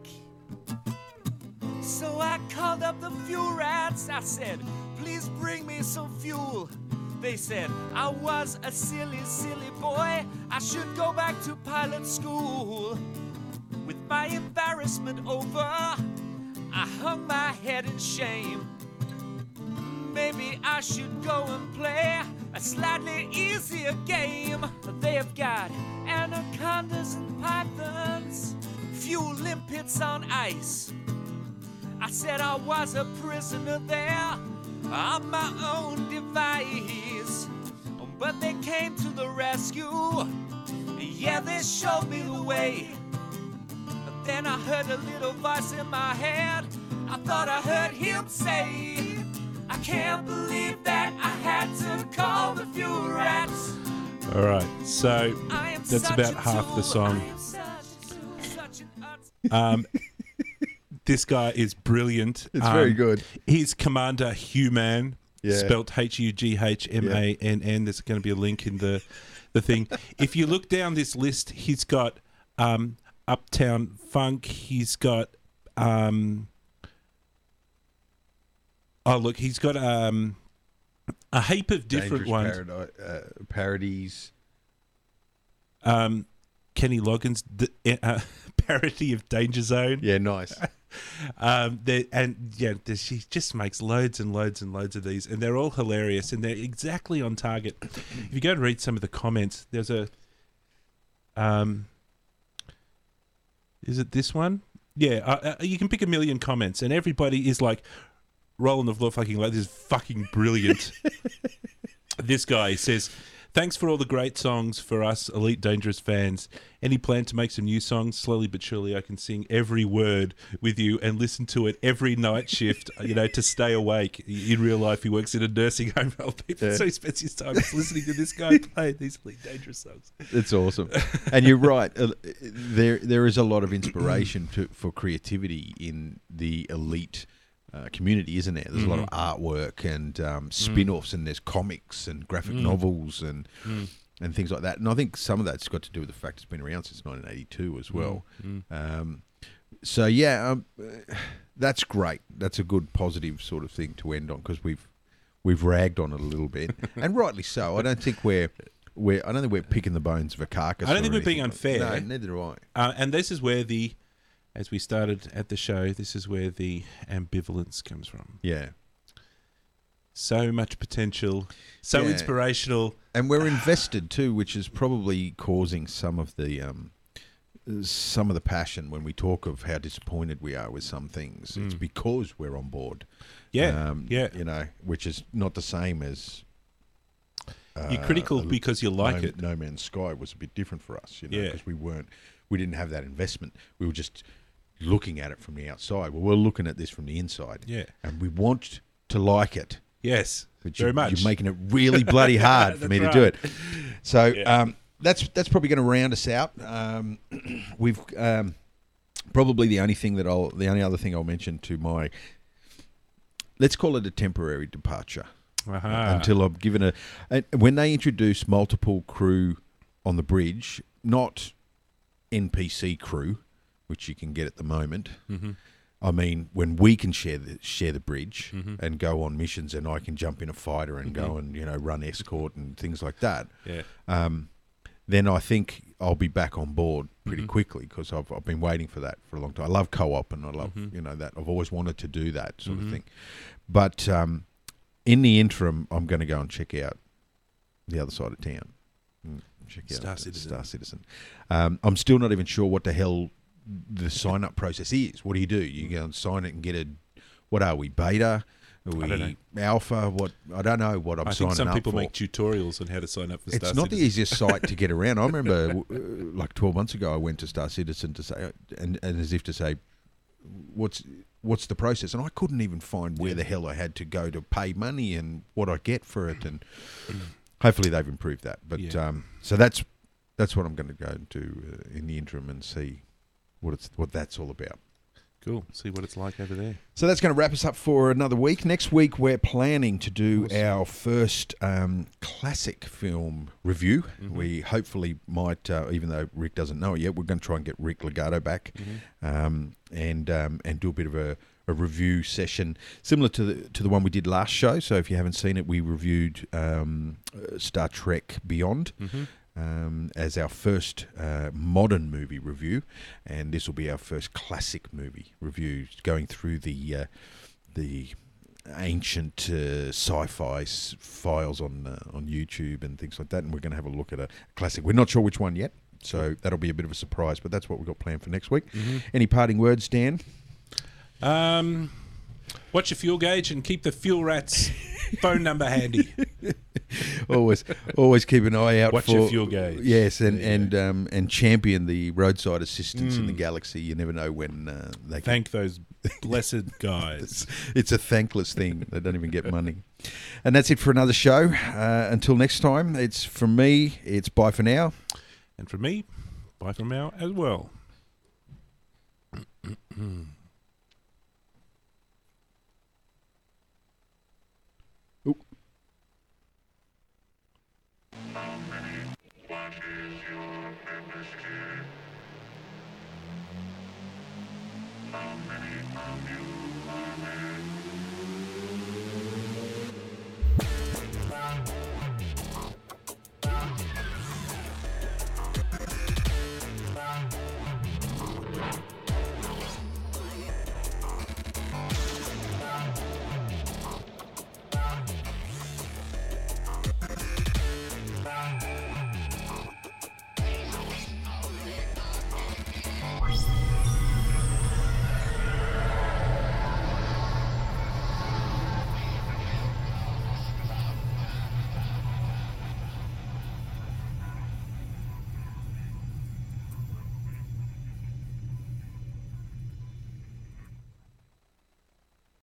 Speaker 4: So I called up the fuel rats. I said, please bring me some fuel. They said, I was a silly, silly boy. I should go back to pilot school. With my embarrassment over, I hung my head in shame. Maybe I should go and play a slightly easier game. They have got anacondas and pythons, fuel limpets on ice. I said I was a prisoner there on my own device. But they came to the rescue. Yeah, they showed me the way. But then I heard a little voice in my head. I thought I heard him say, I can't believe that I had to call the few rats.
Speaker 2: All right. So
Speaker 4: I am
Speaker 2: That's
Speaker 4: such
Speaker 2: about
Speaker 4: a
Speaker 2: half the
Speaker 4: tool.
Speaker 2: song.
Speaker 4: I am such a tool, such an ut-
Speaker 2: um, this guy is brilliant.
Speaker 1: It's
Speaker 2: Um,
Speaker 1: very good.
Speaker 2: He's Commander Human,
Speaker 1: Yeah.
Speaker 2: spelt H U G H M A N N. There's going to be a link in the the thing. if you look down this list, he's got um, Uptown Funk. He's got um, oh look, he's got um, a heap of different
Speaker 1: Dangerous
Speaker 2: ones.
Speaker 1: paradi- uh, parodies.
Speaker 2: Um, Kenny Loggins' d- uh, parody of Danger Zone.
Speaker 1: Yeah, nice.
Speaker 2: Um, they, and yeah, the- she just makes loads and loads and loads of these, and they're all hilarious, and they're exactly on target. if you go and read some of the comments, there's a, um, is it this one? Yeah, uh, uh, you can pick a million comments, and everybody is like rolling the floor, fucking like this is fucking brilliant. this guy says. Thanks for all the great songs for us Elite Dangerous fans. Any plan to make some new songs? Slowly but surely, I can sing every word with you and listen to it every night shift, uh, you know, to stay awake. In real life, he works in a nursing home for old people,
Speaker 1: Yeah.
Speaker 2: so he spends his time just listening to this guy play these Elite Dangerous songs.
Speaker 1: It's awesome, and you're right. uh, There, there is a lot of inspiration to, for creativity in the elite uh, community, isn't there? There's a lot of
Speaker 2: Mm-hmm.
Speaker 1: artwork and
Speaker 2: Mm.
Speaker 1: um, spin-offs, and there's comics and graphic novels and
Speaker 2: Mm.
Speaker 1: and things like that. And I think some of that's got to do with the fact it's been around since 1982 as well.
Speaker 2: Mm.
Speaker 1: Um, so yeah, um, uh, that's great. That's a good positive sort of thing to end on because we've we've ragged on it a little bit, and rightly so. I don't think we're we're I don't think we're picking the bones of a carcass.
Speaker 2: I don't
Speaker 1: or
Speaker 2: think we're being
Speaker 1: anything.
Speaker 2: unfair.
Speaker 1: No, neither do I.
Speaker 2: Uh, and this is where the, as we started at the show, this is where the ambivalence comes from.
Speaker 1: Yeah,
Speaker 2: So much potential, so
Speaker 1: Yeah.
Speaker 2: inspirational.
Speaker 1: and we're invested too, which is probably causing some of the. Um, some of the passion when we talk of how disappointed we are with some things, it's because we're on board.
Speaker 2: Mm. Yeah,
Speaker 1: Um,
Speaker 2: yeah.
Speaker 1: You know, which is not the same as
Speaker 2: You're
Speaker 1: uh,
Speaker 2: critical because you like
Speaker 1: no,
Speaker 2: it.
Speaker 1: No Man's Sky was a bit different for us, you know,
Speaker 2: Yeah.
Speaker 1: because we weren't, we didn't have that investment. We were just looking at it from the outside. Well, we're looking at this from the inside.
Speaker 2: Yeah.
Speaker 1: and we want to like it,
Speaker 2: Yes,
Speaker 1: but
Speaker 2: very
Speaker 1: you,
Speaker 2: much.
Speaker 1: you're making it really bloody hard for me to do it. So
Speaker 2: Yeah.
Speaker 1: um, that's that's probably going to round us out. Um, we've um, probably the only thing that I'll, the only other thing I'll mention to my, let's call it a temporary departure
Speaker 2: Aha.
Speaker 1: until I'm given a. And when they introduce multiple crew on the bridge, not NPC crew, which you can get at the moment. I mean, when we can share the share the bridge and go on missions, and I can jump in a fighter and go and you know run escort and things like that
Speaker 2: yeah.
Speaker 1: then I think I'll be back on board pretty
Speaker 2: Mm-hmm.
Speaker 1: quickly because I've, I've been waiting for that for a long time. I love co-op and I love
Speaker 2: Mm-hmm.
Speaker 1: you know that I've always wanted to do that sort of thing. But um, in the interim, I'm going to go and check out the other side of town. Mm, Check out
Speaker 2: Star
Speaker 1: the
Speaker 2: Citizen.
Speaker 1: Star Citizen. Um, I'm still not even sure what the hell the sign up process is. What do you do?
Speaker 2: Mm.
Speaker 1: You go and sign it and get a what are we beta? Are we
Speaker 2: don't
Speaker 1: alpha? What I don't know what I'm
Speaker 2: I
Speaker 1: signing
Speaker 2: think some
Speaker 1: up
Speaker 2: people
Speaker 1: for
Speaker 2: make tutorials on how to sign up for
Speaker 1: it's
Speaker 2: Star
Speaker 1: not the
Speaker 2: Citizen.
Speaker 1: easiest site to get around. I remember uh, like 12 months ago, I went to Star Citizen to say, and, and as if to say, what's what's the process? And I couldn't even find where the hell I had to go to pay money and what I get for it. And hopefully they've improved that. But
Speaker 2: Mm. Yeah.
Speaker 1: um, so that's that's what I'm going to go and do uh, in the interim and see what it's what that's all about.
Speaker 2: Cool. See what it's like over there.
Speaker 1: So that's going to wrap us up for another week. Next week, we're planning to do our first um, classic film review. We hopefully might, uh, even though Rick doesn't know it yet, we're going to try and get Rick Legato back um, and um, and do a bit of a, a review session similar to the to the one we did last show. So if you haven't seen it, we reviewed um, uh, Star Trek Beyond um, as our first uh, modern movie review, and this will be our first classic movie review, going through the uh, the ancient uh, sci-fi s- files on uh, on YouTube and things like that. And we're going to have a look at a classic. We're not sure which one yet, so that'll be a bit of a surprise. But that's what we've got planned for next week. Any parting words, Dan?
Speaker 2: Um, watch your fuel gauge and keep the fuel rat's phone number handy.
Speaker 1: always always keep an eye out
Speaker 2: Watch
Speaker 1: for
Speaker 2: your fuel gauge.
Speaker 1: Yes, and and um, and champion the roadside assistance in the galaxy. You never know when uh, they can
Speaker 2: Thank those blessed guys.
Speaker 1: it's, it's a thankless thing. They don't even get money. And that's it for another show. Uh, until next time, it's from me. It's bye for now.
Speaker 2: And from me, bye from now as well.